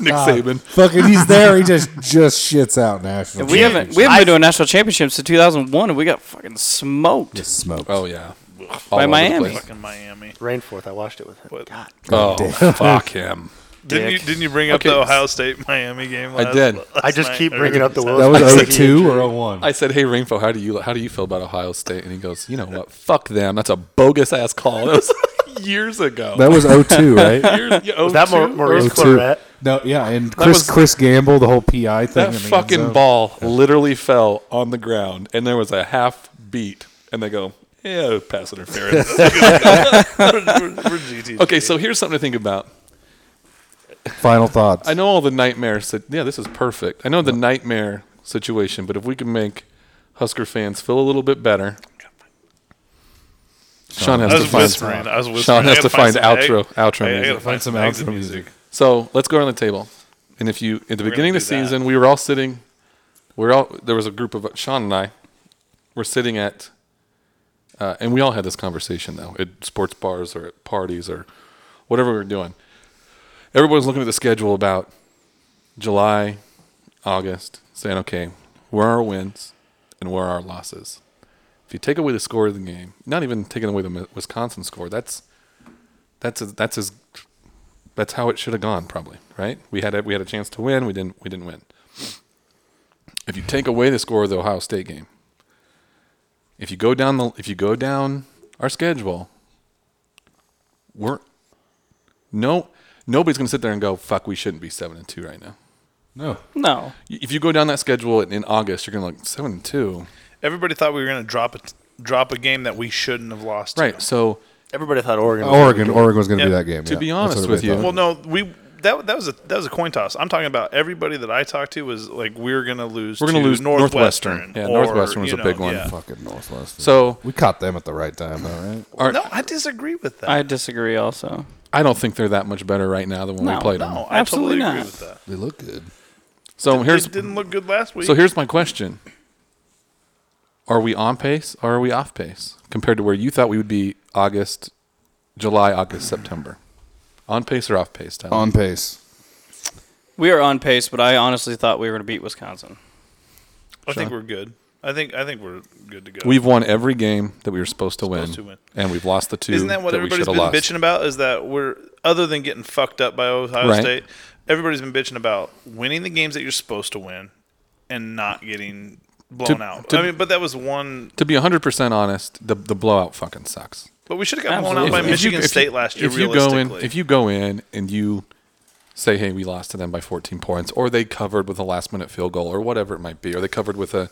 Nick
God,
Saban,
fucking, he's there. He just just shits out national.
We haven't
championships.
we haven't been to a national championship since 2001, and we got fucking smoked.
Just smoked.
oh yeah,
By Miami.
Fucking Miami.
Rainforth, I watched it with him.
What?
God.
Oh [LAUGHS] fuck him.
Didn't you,
Dick.
didn't you bring up
Okay.
the Ohio State Miami game?
I
Last,
did.
last
I just
night,
keep
or-
bringing up the Will.
That was
Smith injury.
02 or 01.
I said, "Hey, Rainfo, how do you how do you feel about Ohio State?" And he goes, "You know what? Fuck them. That's a bogus ass call. [LAUGHS] That was years ago.
That was
[LAUGHS]
02, right?
Years-
[LAUGHS]
yeah,
Was that
02?
Ma- Maurice
02.
Claret?
No, yeah, and Chris
was-
Chris Gamble, the whole PI thing.
That
in the end
fucking
zone.
ball literally fell on the ground, and there was a half beat, and they go, "Yeah, pass
[LAUGHS]
interference." [LAUGHS]
we're, we're, we're GTG.
okay, so here's something to think about.
Final thoughts.
I know all the nightmares. That, yeah, this is perfect. I know the nightmare situation, but if we can make Husker fans feel a little bit better, Sean has
I
to
was
find.
whispering. I was whispering.
Sean
I
has
gotta
to find
some-
outro outro
I, I
music.
gotta find some outro music.
So let's go around the table. And if you at the
We're
beginning
gonna
of the
do that.
season, we were all sitting. We're all there was a group of Sean and I were sitting at, uh, and we all had this conversation though at sports bars or at parties or whatever we were doing. Everybody was looking at the schedule about July, August, saying, "Okay, where are our wins and where are our losses?" If you take away the score of the game, not even taking away the Mi- Wisconsin score, that's that's as that's as that's how it should have gone probably right we had a, we had a chance to win we didn't we didn't win if you take away the score of the ohio state game if you go down the if you go down our schedule we're no nobody's going to sit there and go fuck we shouldn't be 7 and 2 right now
no.
No,
Y- if you go down that schedule in, in august you're going to like 7 and 2
Everybody thought we were going to drop a, drop a game that we shouldn't have lost. to.
right so
Everybody thought Oregon. was
Oregon, Oregon was going to
Yeah,
be that game.
to
yeah.
be
That's
honest
what
with
everybody
you-
thought.
Well, no, we that that was a that was a coin toss. I'm talking about everybody that I talked to was like we are gonna lose.
We're gonna
to
lose Northwestern. Yeah,
or,
Northwestern was
you
a big
know,
one.
yeah.
fucking Northwestern.
so
we caught them at the right time, though, right?
our,
No, I disagree with that.
I disagree. Also,
i don't think they're that much better right now than when
No,
we played
no,
them
I
Absolutely
totally agree
not.
with that.
They look good.
so here's
it didn't look good last week.
So here's my question. Are we on pace or are we off pace compared to where you thought we would be August, July, August, September? On pace or off pace, Tyler?
On pace.
we are on pace, but I honestly thought we were going to beat Wisconsin.
I think we're good. I think I think we're good to go.
We've won every game that we were supposed to, win,
to win.
and we've lost the 2
Isn't that what
that we should
everybody's
have lost.
been bitching about? Is that we're other than getting fucked up by Ohio
Right.
State, everybody's been bitching about winning the games that you're supposed to win and not getting blown out.
to-
I mean, but that was one.
To be 100% honest, the the blowout fucking sucks.
But we should have got blown out by
Absolutely. If-
Michigan State last year.
If you go
realistically,
in, if you go in and you say, "Hey, we lost to them by 14 points," or they covered with a last-minute field goal, or whatever it might be, or they covered with a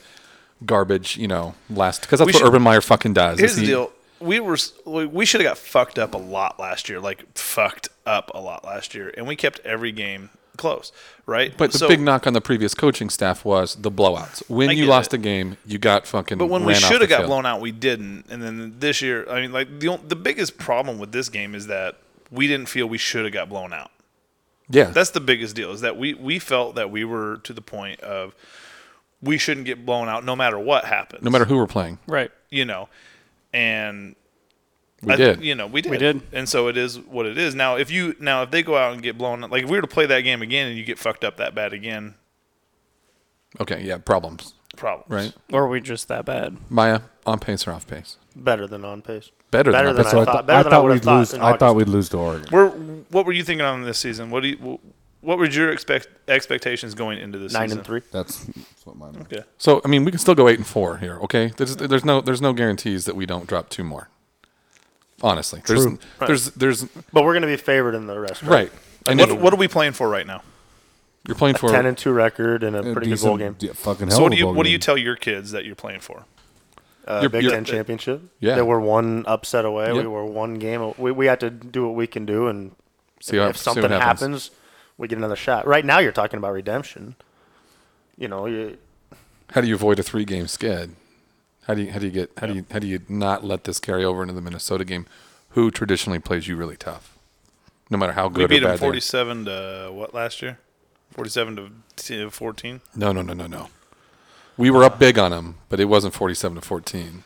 garbage, you know, last because that's
We
what
should-
Urban Meyer fucking does.
Here's
is
the
he-
deal. We were s- we we should have got fucked up a lot last year, like fucked up a lot last year, and we kept every game close, right?
But the
So-
big knock on the previous coaching staff was the blowouts. When
I
you
get
lost
it.
a game, you got fucking.
But when we
ran off
should
the
have got
field.
blown out, we didn't. And then this year, I mean, like the on- the biggest problem with this game is that we didn't feel we should have got blown out.
yeah,
That's the biggest deal is that we we felt that we were to the point of we shouldn't get blown out no matter what happens.
no matter who we're playing.
Right.
you know, and
We
I-
did.
You know, we did.
We did.
And so it is what it is. Now, if you now if they go out and get blown, like if we were to play that game again and you get fucked up that bad again,
Okay, yeah, problems.
problems.
Right.
Or are we just that bad?
Maya on pace or off pace?
Better than on pace.
Better than
Better
on
than
pace.
I
So I,
thought-
thought,
better
I
than I
thought
would've
we'd
thought
lose.
in
I thought
August.
we'd lose to Oregon.
We're, what were you thinking on this season? What do you what were your expect expectations going into this
Nine
season?
and three.
That's, that's what mine. was.
Okay.
So I mean, we can still go eight and four here. Okay, there's there's no there's no guarantees that we don't drop two more. Honestly, there's
True.
there's there's
But we're going to be favored in the rest.
right. I know
What what are we playing for right now?
you're playing for.
Ten and two record and a
A
pretty good
decent
bowl game.
d- fucking hell
So what
of a
do you
bowl
what do
game.
you tell your kids that you're playing for?
Uh,
You're-
Big
you're-
Ten championship.
Yeah.
They were one upset away.
Yep.
We were one game. a- We, we had to do what we can do, and
See how-
if
see
something
what happens.
we get another shot. Right now, you're talking about redemption. You know, you,
How do you avoid a three game skid? How do you how do you get how do you how do you not let this carry over into the Minnesota game? Who traditionally plays you really tough, no matter how good
We beat
or
them
bad. they are.
47 to what last year? 47 to t- 14.
No, no, no, no, no. We were up big on them, but it wasn't forty-seven to fourteen.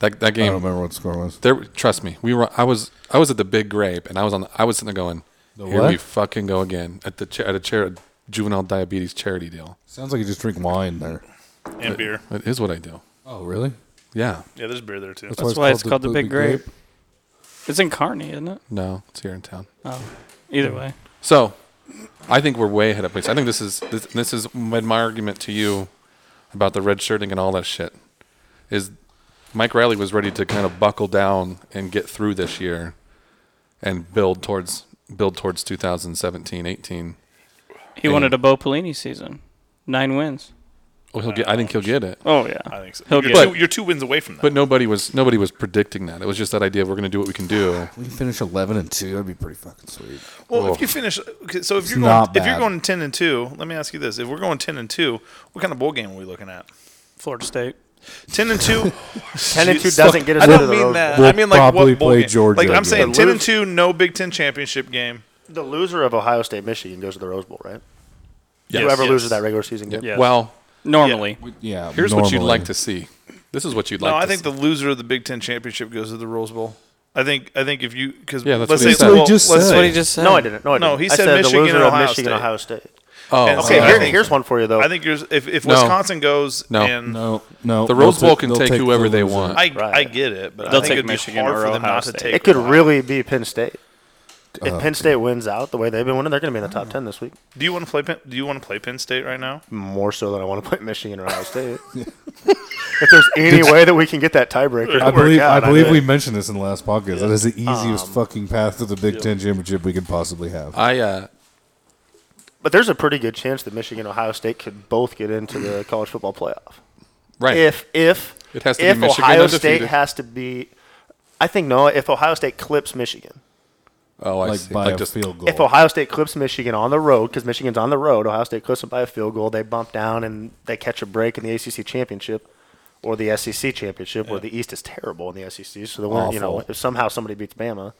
That that
I don't
game
remember what the score was.
There, trust me, we were. I was. I was at the big grape, and I was on. The, I was sitting there going,
The
"Here
what?
we fucking go again." At the cha- at a chair, juvenile diabetes charity deal.
Sounds like you just drink wine there.
And beer.
It is what I do.
Oh, really?
Yeah.
Yeah, there's beer there too.
That's why it's called the Big Grape. It's in Kearney, isn't it?
No, it's here in town.
Oh, either way.
So, I think we're way ahead of place. I think this is this, this is my, my argument to you about the red shirting and all that shit. Is Mike Riley was ready to kind of buckle down and get through this year and build towards build towards 2017, 18.
He wanted a Bo Pelini season. Nine wins.
Oh, he'll get. I think he'll get it.
Oh, yeah.
I think so.
He'll
You're,
get
two, you're two wins away from that.
But nobody was nobody was predicting that. It was just that idea of we're going to do what we can do.
We can finish eleven and two. That'd be pretty fucking sweet.
well,
Oh.
if you finish, okay, so if you're going,
not
if you're
bad.
going 10 and two, let me ask you this: If we're going 10 and two, what kind of bowl game are we looking at?
Florida State.
10 and [LAUGHS] 2
ten and two doesn't get us
I
into
don't
the
mean
Rose
that.
Bowl.
I mean
We'll
like what bowl
probably
game?
play Georgia
Like I'm
again.
saying 10 and
Lose-
2 no Big 10 championship game.
Bowl. The loser of Ohio State, Michigan goes to the Rose Bowl, right?
Yes.
Whoever
Yes.
loses that regular season game.
Yes.
Well,
Normally.
Yeah.
here's what you'd
normally.
like to see. This is what you'd like.
No,
to
I think
see.
the loser of the Big 10 championship goes to the Rose Bowl. I think I think if you cuz
Yeah, that's
let's
what he
say
said. That's what he
well,
just
let's
said.
say-
That's what he just said.
No, I didn't. No, I didn't.
No, he
I
said
the
Michigan
loser
and
of
Ohio
Michigan,
State.
Ohio State.
oh,
and
Okay,
so I
here,
think-
here's one for you though.
I think yours if if
No.
Wisconsin goes
No.
and
No, no.
The Rose
they'll
Bowl
ta-
can
they'll
take whoever
the
they
loser.
want.
I
Right.
I get it, but
They'll
I think
take
it'd be
Michigan
hard
or
for them
Ohio
not to
State.
take
it could
Ohio.
really be Penn State. If Penn State wins out the way they've been winning, they're going to be in the top ten this week.
Do you want to play Penn, do you want to play Penn State right now?
More so than I want to play [LAUGHS] Michigan or Ohio State. if there's any way that we can get that tiebreaker, to
I
work
believe
out,
I believe
do.
we mentioned this in the last podcast. That is the
Um,
easiest fucking path to the Big Ten championship we could possibly have.
I uh,
But there's a pretty good chance that Michigan and Ohio State could both get into the college football playoff.
right.
If if
It has to be
if
Michigan
Ohio
undefeated.
State has to be, I think no. If Ohio State clips Michigan,
oh, I
like
see.
by
Like
a
just,
field goal.
if Ohio State clips Michigan on the road, because Michigan's on the road, Ohio State clips them by a field goal. They bump down and they catch a break in the ACC championship or the SEC championship, where the East is terrible in the SEC. So the one, you know,
Awful.
if somehow somebody beats Bama,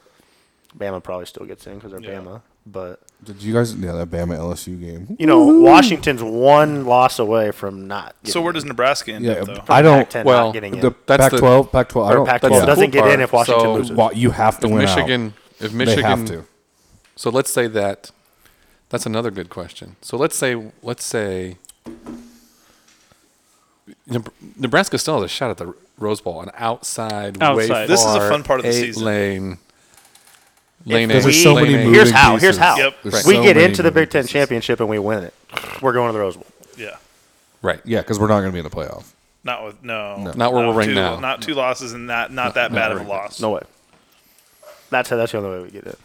Bama probably still gets in because they're Bama. But
Did you guys? Yeah, that Bama LSU game.
you know, Washington's one loss away from not.
So
getting
where does Nebraska end
Yeah,
up though?
I
Pac
don't.
10
well,
not getting in.
The
That's the-
Pac-12, Pac-12. I
Or
don't.
Pac-12
yeah.
doesn't get in if Washington
So-
loses.
Wa- You have to win. out.
Michigan, if Michigan,
They have to.
so let's say that. That's another good question. So let's say let's say Neb- Nebraska still has a shot at the Rose Bowl, an outside, way
Outside.
This is a
far,
fun part of the
eight
season.
Lane, lane
Because
eight,
there's so
lane
many
eight.
moving
Here's how. Here's
pieces.
how.
Yep.
We
There's
so
get
many
into the
moving
Big Ten
pieces.
championship and we win it. We're going to the Rose Bowl.
yeah.
right.
Yeah, because we're not going to be in the playoff.
Not with no.
Not where we're right
two,
now.
Not two losses and not not that bad of a loss.
No way. That's how. That's the only way we get it.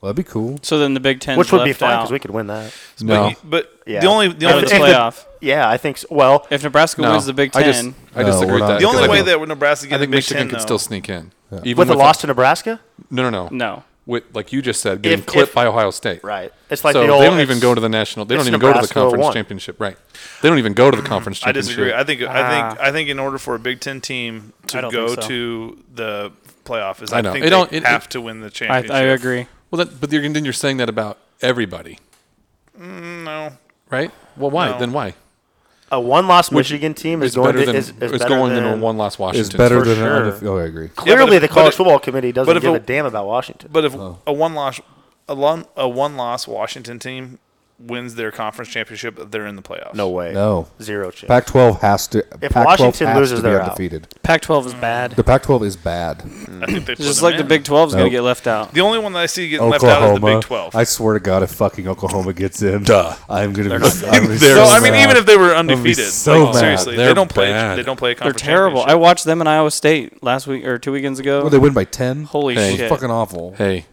Well, that'd be cool.
So then the Big Ten.
Which would be fun
out.
because we could win that.
But,
No.
you- but
Yeah.
the only the
Out of
only
the
If-
thing
if
that,
playoff.
Yeah, I think. So. Well,
If Nebraska
No,
wins the Big
I, dis-
Ten,
I
No,
disagree
we're
with
not.
that.
the only
because I
way
think-
that Nebraska
I
gets
think
Big
Michigan
Ten,
could
though,
still sneak in. Even
with a loss to Nebraska,
No, no, no.
no.
With like you just said, getting
If-
clipped
if-
by Ohio State.
right? It's like
so
the old.
they don't even
it's-
go to the national. They
it's
don't even go to the
Nebraska
conference
won.
championship. Right. They don't even go to the conference
[CLEARS THROAT] I
championship.
disagree. I think I
Ah.
think I think in order for a Big Ten team
I
to
don't
go
think so.
to the playoff is
I
I,
know.
think
It
they
don't- it-
have
it-
to win the
I,
championship.
I agree.
Well, that, but you're, then you're saying that about everybody,
No,
right? Well, why
No.
then? Why?
a one-loss
Which
Michigan team is
It's
going
better
to
than
is, is
it's
better
going
than,
into a one loss
It's
Washington.
better
for
than
sure.
an undefe- Oh, I agree.
Yeah, but
Clearly,
if-
the
but
college
if-
football committee doesn't
but if
give a,
a-
damn about Washington.
But if
Oh.
a one loss a one a one loss Washington team wins their conference championship, they're in the playoffs.
No way.
No.
Zero chance.
Pac-12 has to.
If
Pac-12
Washington
has
loses,
to be
they're out.
undefeated.
Pac-12
Mm.
is bad.
The Pac-12 is bad.
I think they put
Just
them
like the
in.
Big 12 is going
Nope.
to get left out.
The only one that I see getting left out is the
Oklahoma.
Big Twelve.
I swear to God, if fucking Oklahoma gets in, Duh. I'm gonna. Be, I'm gonna be
so
so
I mean,
mad.
even if they were undefeated,
so mad.
like, seriously, they
They're
don't play.
bad.
They don't play. A
They're
conference
terrible. I
championship.
watched them in Iowa State last week or two weekends ago.
Well, they win by ten.
Holy
It was
shit.
Fucking awful.
hey,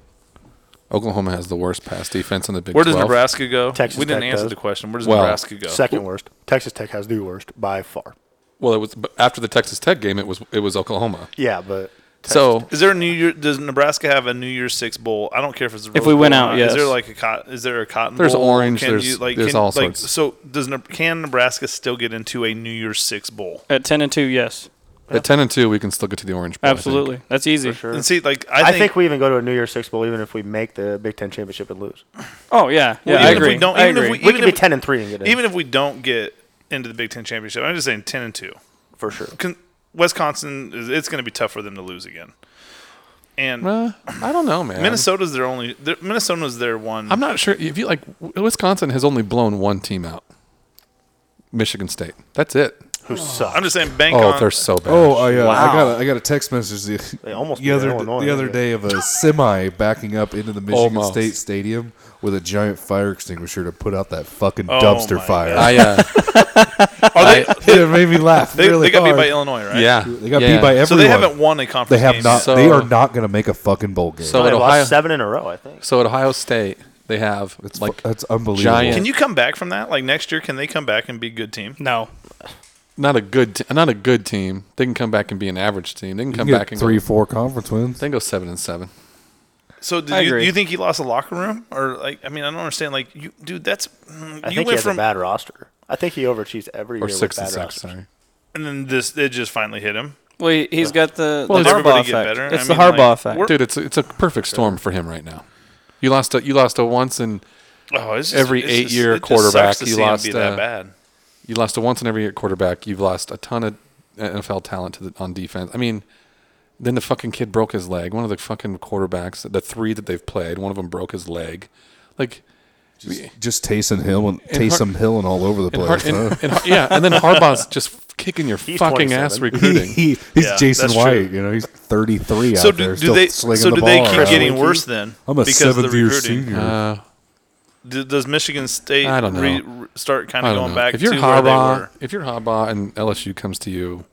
Oklahoma has the worst pass defense in the Big
Where does
12.
Nebraska go?
Texas
we didn't
Tech
answer
does.
the question. Where does
Well,
Nebraska go?
Second worst. Texas Tech has the worst by far.
Well, it was but after the Texas Tech game. It was it was Oklahoma.
Yeah, but
So
Is there a New Year? Does Nebraska have a New Year's Six bowl? I don't care if it's a Rose
we
Bowl
win
or
out,
not.
yes.
Is there like a cotton? Is there a cotton?
There's
bowl?
orange, there's- there's all
like,
sorts.
So does Ne- can Nebraska still get into a New Year's Six bowl?
At 10 and 2, yes.
at ten and two, we can still get to the Orange Bowl. I think.
Absolutely. That's easy.
sure.
And see, like
I
I
think,
think,
we even go to a New Year's Six bowl even if we make the Big Ten championship and lose.
Oh, yeah. Yeah,
Well,
I
even if we
agree.
don't-
I
even if
agree.
We
Even
could be
if-
ten and three and get in.
even if we don't get into the Big Ten championship, I'm just saying ten and two.
for sure.
Con- Wisconsin, is- it's going to be tough for them to lose again. And
Uh, I don't know, man.
Minnesota's their only. Their, Minnesota's their one.
I'm not sure if you like. W- Wisconsin has only blown one team out. Michigan State. That's it.
Who sucks?
I'm just saying, bank
Oh,
on.
they're so bad.
Oh, I, uh, I
Wow.
got a, I got a text message
[LAUGHS]
the,
They almost
the
beat
other
Illinois,
the other
didn't
day of a semi backing up into the Michigan
Almost.
State Stadium with a giant fire extinguisher to put out that fucking
Oh
dumpster
my
fire.
I uh,
Are they?
[LAUGHS] it made me laugh.
[LAUGHS] They,
really
they got beat
hard.
by Illinois, right?
yeah,
They got
yeah.
beat by everyone.
So they haven't won a conference.
They have
game
not.
yet.
So-
they are not going to make a fucking bowl game.
So
They
at Ohio,
lost seven in a row, I think.
so at Ohio State, they have
it's
like
like that's unbelievable.
giant-
Can you come back from that? Like next year, can they come back and be a good team?
No.
not a good t- not a good team. They can come back and be an average team. They can
You
come
get
back and
three,
go,
four conference wins.
they can go seven and seven.
So do
I
you,
agree.
do you think he lost a locker room, or like? I mean, I don't understand. Like, you, dude, that's mm,
I
you
think he
went
has
from
a bad roster. I think he overachieves every
Or
year
six
with
and
bad
six,
rosters.
sorry.
and then this it just finally hit him.
Well, he, he's got the,
Well,
the
does everybody
Harbaugh
get
effect.
better?
It's
I mean,
the
like,
Harbaugh effect.
we're-
Dude, it's a, it's a perfect storm for him right now. You lost a you lost a once and
Oh, it's just,
Every
it's
eight-year
just, it just sucks
quarterback,
to
he
see him
lost,
Be that
uh,
bad.
you lost a once in every year quarterback. You've lost a ton of NFL talent to the, on defense. I mean, then the fucking kid broke his leg. One of the fucking quarterbacks, the three that they've played, one of them broke his leg. Like
Just Taysom Hill and,
And Har-
Taysom Hill and all over the
and,
place.
Har- and-
huh?
and Har- yeah, and then Harbaugh's just kicking your
He's
fucking ass
[LAUGHS]
27.
he,
recruiting.
[LAUGHS] he- he's
Yeah,
Jason
that's
White.
true.
You know, he's 33
So
out there
do, do
still
they?
slinging
So
the
do
ball
they keep
around.
getting worse then?
I'm a
because of the
seventh year
recruiting?
senior.
uh,
Do- does Michigan State
I don't know.
Re, re, start kind
I
of
don't
going
know.
back
if you're
to where they were?
Harbaugh, if you're Harbaugh and LSU comes to you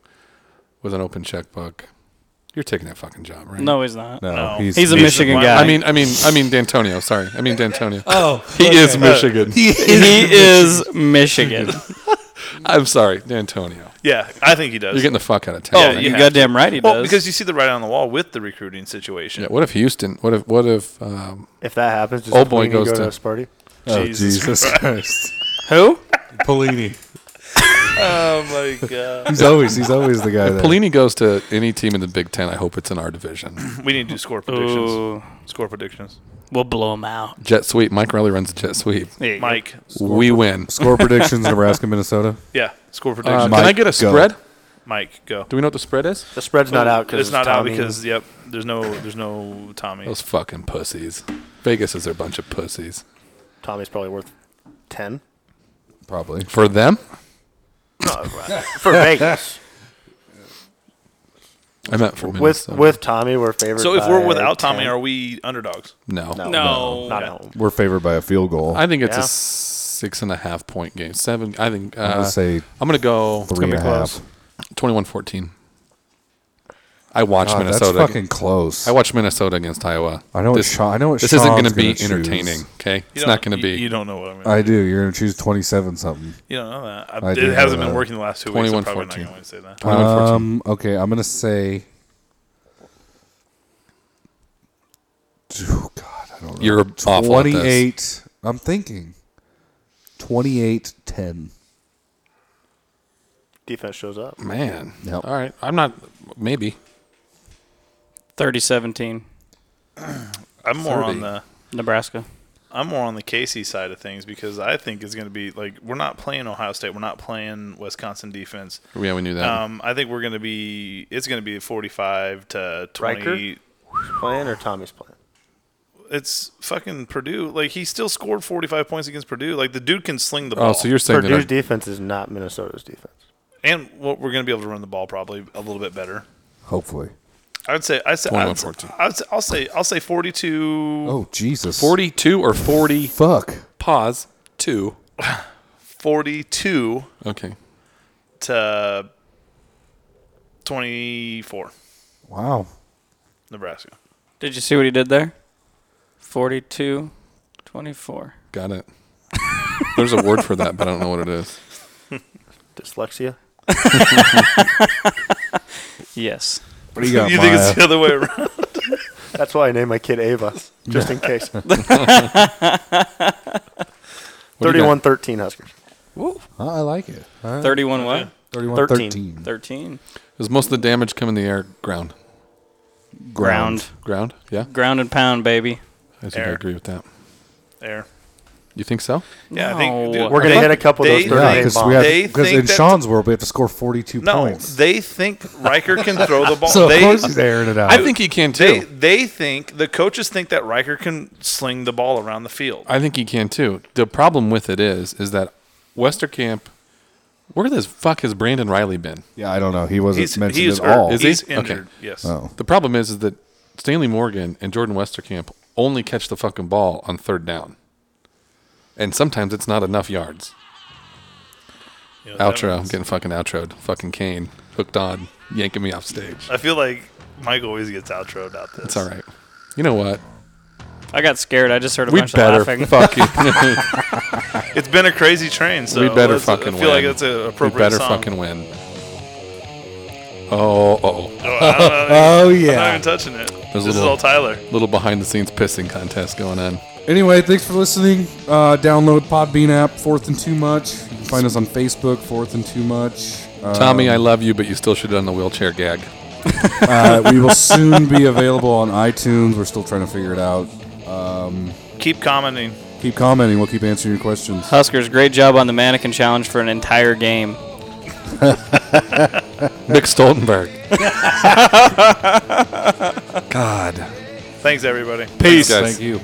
with an open checkbook, you're taking that fucking job, right?
no, he's not.
no,
No.
he's,
He's a Michigan
one-
guy.
I mean, I mean, I mean D'Antonio. Sorry, I mean D'Antonio.
Oh,
he is Michigan.
[LAUGHS] he is [LAUGHS] Michigan.
I'm sorry, D'Antonio.
Yeah, I think he does.
You're getting the fuck out of town.
oh,
man.
you
you
have
goddamn right he does.
well, because you see the right on the wall with the recruiting situation.
Yeah, what if Houston? What if? What if? Um,
If that happens, does
Old boy
Pelini go
goes
to,
to-
this party?
Oh,
Jesus
Jesus Christ.
Who?
Polini.
Oh my god,
He's always he's always the guy. that
Pelini goes to any team in the Big Ten. I hope it's in our division.
[LAUGHS]
[LAUGHS]
we need to do score predictions.
Ooh,
Score predictions.
we'll blow him out.
Jet sweep. Mike Riley runs a jet sweep.
There you go.
Mike,
we win. [LAUGHS]
Score predictions: Nebraska, Minnesota.
yeah, score
Uh,
predictions.
can I
Mike,
get a
go.
spread?
Mike, go.
Do we know what the spread is?
The spread's not out because
it's not out because yep, there's no there's no Tommy.
Those fucking pussies. Vegas is a bunch of pussies.
Tommy's probably worth ten
Probably.
For them,
[LAUGHS]
[LAUGHS]
for Vegas.
I meant for
with
Minnesota.
with Tommy, we're favored.
So if we're
by
without Tommy,
10.
are we underdogs?
no.
no,
No.
Okay.
not at home.
We're favored by a field goal.
I think it's
Yeah.
a six and a half point game. Seven. I think. Uh,
I'm gonna say
I'm gonna go
three and a half.
21-14. I watched
God, Ah, that's
Minnesota.
fucking close.
I watched Minnesota against Iowa.
I know what
this,
Sha- I know what
this isn't
Sean's
gonna be
gonna choose.
entertaining. Okay,
You
it's not
don't-
going to
you-
be.
You don't know what I mean.
I do. You're gonna choose twenty-seven something.
you don't know that. I,
I do
it hasn't
know
been
that.
working the last two weeks. I'm probably not
21-14.
going to say that.
21-14.
Um. Okay. I'm gonna say. Oh God, I don't know.
You're awful at this.
twenty-eight. I'm thinking. 28-10.
Defense shows up.
Man.
Yep.
All right. I'm not. Maybe.
30 17,
I'm more
30.
on the
Nebraska.
I'm more on the Casey side of things because I think it's going to be like we're not playing Ohio State, we're not playing Wisconsin defense.
Yeah, we knew that.
Um, I think we're going to be it's going to be 45 to 20.
Riker? Playing or Tommy's playing?
It's fucking Purdue. Like he still scored 45 points against Purdue. Like the dude can sling the ball.
oh, so you're saying
Purdue's
that I,
defense is not Minnesota's defense.
and well, we're going to be able to run the ball probably a little bit better.
Hopefully.
I'd say I say I would say,
21-14.
I would say I'll say I'll say 42
Oh Jesus.
42 or 40
Fuck.
pause two.
42
Okay.
to 24
Wow.
Nebraska.
Did you see what he did there? 42 24.
Got it. There's a word for that, but I don't know what it is.
Dyslexia.
Yes.
What do [LAUGHS] you got,
[LAUGHS] you think
Maya?
it's the other way around?
That's why I named my kid Ava, just in case.
[LAUGHS]
What do you got?
31 13 Huskers.
Oh, [LAUGHS] I like it.
31 what?
31
13.
13.
13.
Does most of the damage come in the air ground?
Ground.
Ground? Yeah.
Ground and pound, baby.
I think I
Air.
agree with that.
There.
You think so?
Yeah, I think
No.
dude,
We're going to hit a couple
they-
of those 38
Yeah, because we
bombs.
have
They
because
think
in
that-
Sean's world we have to score 42
No,
points.
they think Riker
[LAUGHS]
can throw the ball.
so
they,
of course he's airing it out.
I think he can too.
they they think the coaches think that Riker can sling the ball around the field.
I think he can too. The problem with it is, is that Westerkamp, where the fuck has Brandon Riley been?
yeah, I don't know. He wasn't
He's er-
mentioned
he's
at all.
Is
hurt.
he?
He's
Okay.
injured. Yes.
oh,
The problem is, is that Stanley Morgan and Jordan Westerkamp only catch the fucking ball on third down, and sometimes it's not enough yards.
You know, that
Outro, I'm
means-
getting fucking outroed. Fucking Kane hooked on, yanking me off stage.
I feel like Mike always gets outroed out this.
It's all right. You know what?
I got scared. I just heard a
We
bunch
better
of laughing. [LAUGHS]
fucking,
It's been a crazy train. So
we better
let's-
fucking
I
win.
feel like it's an appropriate
We better
song.
fucking win. Oh, oh,
oh
I'm not even
yeah.
touching it. this is
little-
all Tyler.
little behind the scenes pissing contest going on.
Anyway, thanks for listening. Uh, download Podbean app. Fourth and too much. You can find us on Facebook. Fourth and too much. Uh,
Tommy, I love you, but you still should have done the wheelchair gag.
uh, we will soon be available on iTunes. We're still trying to figure it out.
Keep commenting.
Keep commenting. We'll keep answering your questions.
Huskers, great job on the mannequin challenge for an entire game.
[LAUGHS]
Mick Stoltenberg. God.
Thanks everybody.
Peace.
Thank you.